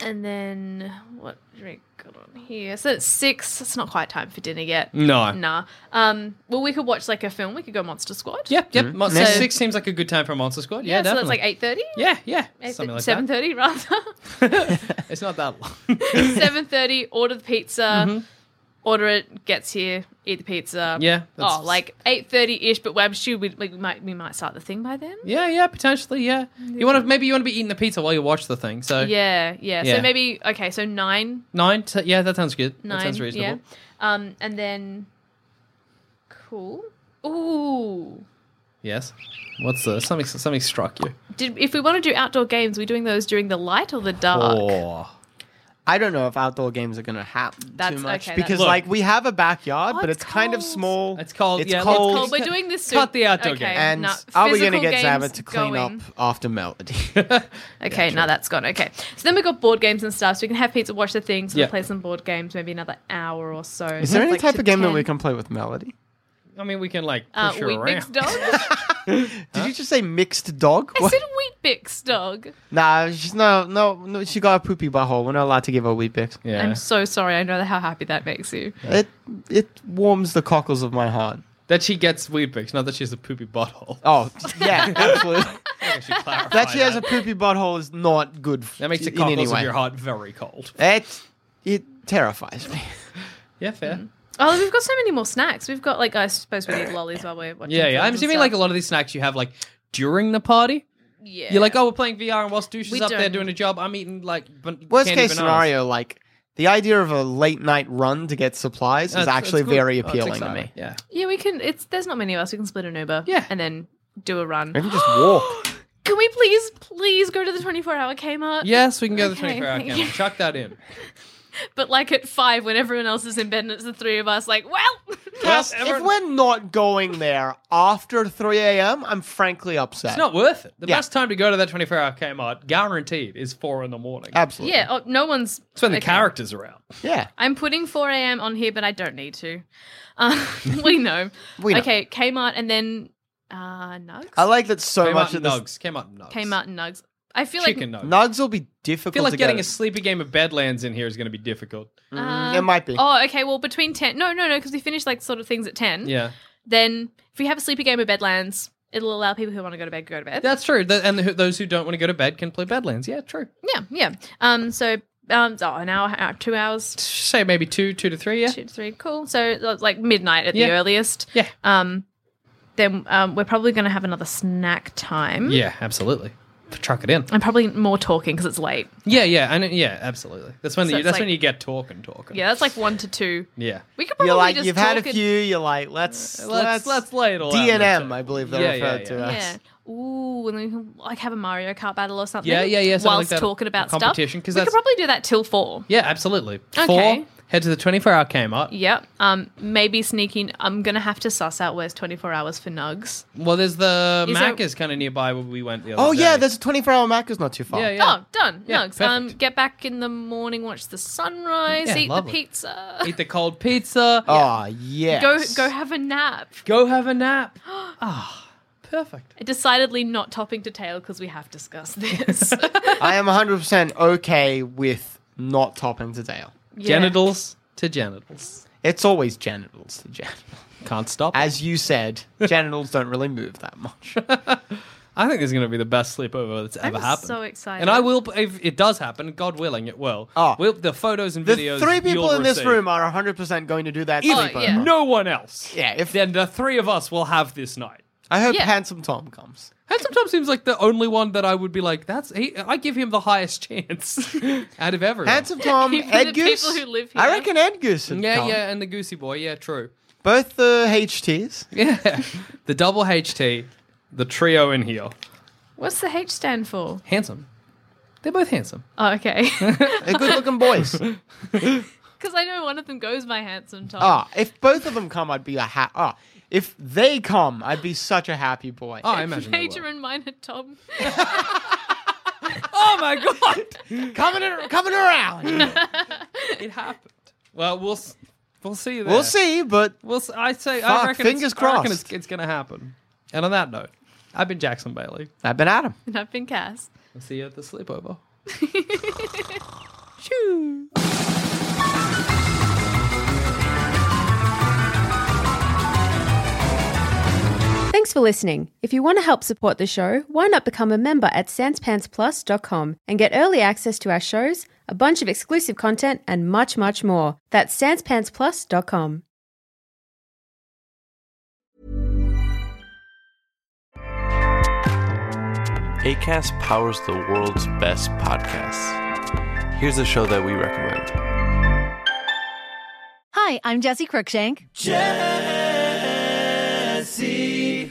D: and then what drink got on here? So it's six. It's not quite time for dinner yet.
B: No.
D: Nah. Um. Well, we could watch like a film. We could go Monster Squad.
B: Yep, yep. Monster
D: So-
B: Six seems like a good time for a Monster Squad. Yeah,
D: Yeah. so
B: definitely.
D: that's like eight thirty.
B: yeah, yeah. Something like
D: Seven thirty rather.
B: that. It's not that long.
D: Seven thirty. Order the pizza. Order it. Gets here. Eat the pizza.
B: Mm-hmm. Yeah,
D: Oh,
B: that's-
D: like eight thirty ish. But I'm sure we, we might we might start the thing by then.
B: yeah, yeah, potentially, yeah. You want to maybe you want to be eating the pizza while you watch the thing. So
D: Yeah, yeah.
B: Yeah.
D: So maybe okay. So nine,
B: nine, t- yeah, that sounds good.
D: nine.
B: that sounds reasonable.
D: Yeah. Um, and then cool. Ooh.
B: Yes. What's the something? Something struck you.
D: Did if we want to do outdoor games, we're doing those during the light or the dark.
B: Oh,
C: I don't know if outdoor games are going to happen
D: That's-
C: too much
D: okay, that's-
C: because
B: Look.
C: like we have a backyard,
D: Oh,
C: but
D: it's
C: it's, kind of
D: cold.
C: small.
B: It's cold,
C: It's
B: yeah, let's-
C: cold.
D: Cool. We're doing this.
B: Cut
D: soon.
B: the outdoor
D: okay,
B: game.
C: and
D: no,
C: are we going to
D: physical
C: get
D: games
C: Zabba to clean
D: going.
C: up after Melody?
D: Okay, now that's gone. Okay, so then we got board games and stuff. So we can have pizza, watch the things, and
B: Yeah.
D: play some board games. Maybe another hour or so.
C: Is there any
D: Like
C: type
D: to
C: of game that
D: 10.
C: we can play with Melody?
B: I mean, we can like push
D: Uh,
B: her
D: Wheat Bix
B: around.
D: dog. I
C: Did you just say mixed dog? What?
D: said Wheat Bix dog.
C: Nah, she's no, no, no. She got a poopy butthole. We're not allowed to give her wheat bix.
B: Yeah.
D: I'm so sorry. I know how happy that makes you.
C: It it warms the cockles of my heart.
B: that she gets weed picks, not that she has a poopy butthole.
C: Oh yeah, absolutely.
B: She clarified
C: that she has a poopy butthole is not good. f-
B: That makes the
C: in any
B: cockles of
C: way.
B: your heart very cold.
C: It it terrifies me.
B: Yeah, fair.
D: Oh, we've got so many more snacks. We've got like I suppose we need lollies while we're watching.
B: Yeah, yeah.
D: films
B: I'm
D: and
B: assuming
D: stuff.
B: like a lot of these snacks you have like during the party.
D: yeah.
B: You're like, oh, we're playing VR, and whilst Douche
D: We
B: is up there
D: don't-
B: doing a job, I'm eating like ban-
C: Worst
B: candy
C: case
B: bananas.
C: scenario, like the idea of a late night run to get supplies
B: That's-
C: is
B: that's
C: actually
B: Uh, good. Oh,
C: very
B: That's
C: appealing to
B: exciting.
C: me.
B: Yeah.
D: yeah, we can. It's there's not many of us. We can split an Uber.
B: Yeah.
D: and then do a run.
C: Maybe just walk.
D: Can we please, please go to the 24 hour Kmart?
B: Yes, we can go to the
D: Okay.
B: 24 hour camera. Chuck that in.
D: but like at five when everyone else is in bed and it's the three of us. Like, well,
B: Well,
C: if
B: everyone-
C: we're not going there after 3 a.m., I'm frankly upset.
B: It's not worth it. The
C: Yeah.
B: best time to go to that 24 hour Kmart, guaranteed, is four in the morning.
C: Absolutely.
D: yeah. Oh, no one's.
B: It's when the
D: okay.
B: characters are out.
C: Yeah.
D: I'm putting 4 a.m. on here, but I don't need to. Um, we know.
C: We know.
D: Okay, Kmart and then uh, Nugs.
C: I like that so
B: Kmart
C: much of this.
B: nugs. Kmart nugs.
D: Kmart and Nugs. I feel
B: Chicken
D: like.
B: nugs.
C: Nugs will be
B: I
C: difficult
B: feel like
C: to
B: getting a
C: get.
B: sleepy game of Badlands in here is going to be difficult.
C: Mm, it might be.
D: uh, Oh, okay. Well, between 10. No, no, no, because we finish like sort of things at 10.
B: Yeah,
D: Then if we have a sleepy game of Bedlands, it'll allow people who want to go to bed to go to bed.
B: that's true. Th- and th- those who don't want to go to bed can play Badlands. Yeah, true.
D: Yeah, yeah. Um, so um, oh, an hour, hour, two hours,
B: Say maybe two, two to three. Yeah,
D: two to three. Cool. So that's like midnight at
B: Yeah.
D: the earliest.
B: yeah,
D: Um, then um, we're probably going to have another snack time.
B: yeah. Absolutely. Chuck it in.
D: And probably more talking because it's late.
B: Yeah, yeah, and yeah, absolutely. That's when
D: So
B: you,
D: it's
B: that's
D: like-
B: when you get talking, talking.
D: Yeah, that's like one to two.
B: yeah.
D: We could probably
C: you're like,
D: just
C: you've had a
D: talk
C: few, you're like, let's.
B: Let's let's lay it all out on the
C: DNM,
B: table.
C: I believe they're
B: Yeah, yeah,
C: referred to
B: yeah.
D: And,
C: as.
D: yeah. Ooh, and then we can like have a Mario Kart battle or something.
B: Yeah, yeah, yeah, something like
D: Whilst
B: that.
D: talking about
B: Competition, 'cause
D: stuff. We
B: that's-
D: could probably do that till four.
B: Yeah, absolutely.
D: Okay.
B: Four. Head to the twenty-four hour Kmart.
D: Yep. Um, maybe sneaking. I'm gonna have to suss out where's 24 hours for nugs.
B: Well, there's the
D: Is
B: Mac
D: there-
B: is kind of nearby where we went the other
C: Oh,
B: day.
C: yeah, there's a 24 hour Mac is not too far.
B: yeah, yeah.
D: Oh, done.
B: Yeah,
D: Nugs. Um,
B: perfect.
D: get back in the morning, watch the sunrise,
B: Yeah,
D: eat
B: lovely.
D: the pizza,
B: Eat the cold pizza.
C: Oh, yeah.
D: go go have a nap.
B: Go have a nap. Ah, perfect.
D: Decidedly not topping to tail because we have discussed this.
C: I am 100% okay with not topping to tail.
D: Yeah.
B: Genitals to genitals.
C: It's always genitals to genitals.
B: Can't stop.
C: As you said, genitals don't really move that much.
B: I think this is going to be the best sleepover that's ever
D: I'm
B: happened.
D: so excited.
B: And I will, if it does happen, God willing, it will.
C: Oh.
B: We'll, the photos and
C: The
B: videos.
C: three people
B: you'll
C: in this
B: receive.
C: room are 100% going to do that
D: Oh,
C: sleepover.
D: yeah.
B: No one else.
C: Yeah, if-
B: then the three of us will have this night.
C: I hope
D: Yeah.
C: Handsome Tom comes.
B: Handsome Tom seems like the only one that I would be like, that's he, I give him the highest chance out of everyone.
C: Handsome Tom,
D: Even the
C: Ed Goose.
D: people who live
C: I
D: here.
C: reckon Ed Goose. would
B: Yeah,
C: come.
B: yeah, and the Goosey Boy. Yeah, true.
C: Both the HTs.
B: Yeah, the double HT, the trio in here.
D: What's the H stand for?
B: Handsome. They're both handsome.
D: Oh, okay. Because
C: They're good looking boys.
D: I know one of them goes by handsome Tom.
C: Ah, if both of them come, I'd be a ha. Ah, if they come, I'd be such a happy boy.
B: Oh, I imagine. they
D: Major
B: will.
D: and minor Tom.
B: Oh my god!
C: Coming, ar- coming around.
B: it happened. Well, we'll s- We'll see. You there.
C: We'll see, but
B: We'll. s- I say. I
C: Fuck,
B: reckon.
C: fingers
B: it's, I reckon
C: crossed.
B: it's, it's gonna happen. And on that note, I've been Jackson Bailey.
C: I've been at him.
D: And I've been Cass.
B: I'll see you at the sleepover.
E: Thanks for listening. If you want to help support the show, why not become a member at sanspantsplus.com and get early access to our shows, a bunch of exclusive content, and much, much more. That's sanspantsplus.com.
F: ACAST powers the world's best podcasts. Here's a show that we recommend.
G: Hi, I'm Jesse Cruikshank.
H: Jesse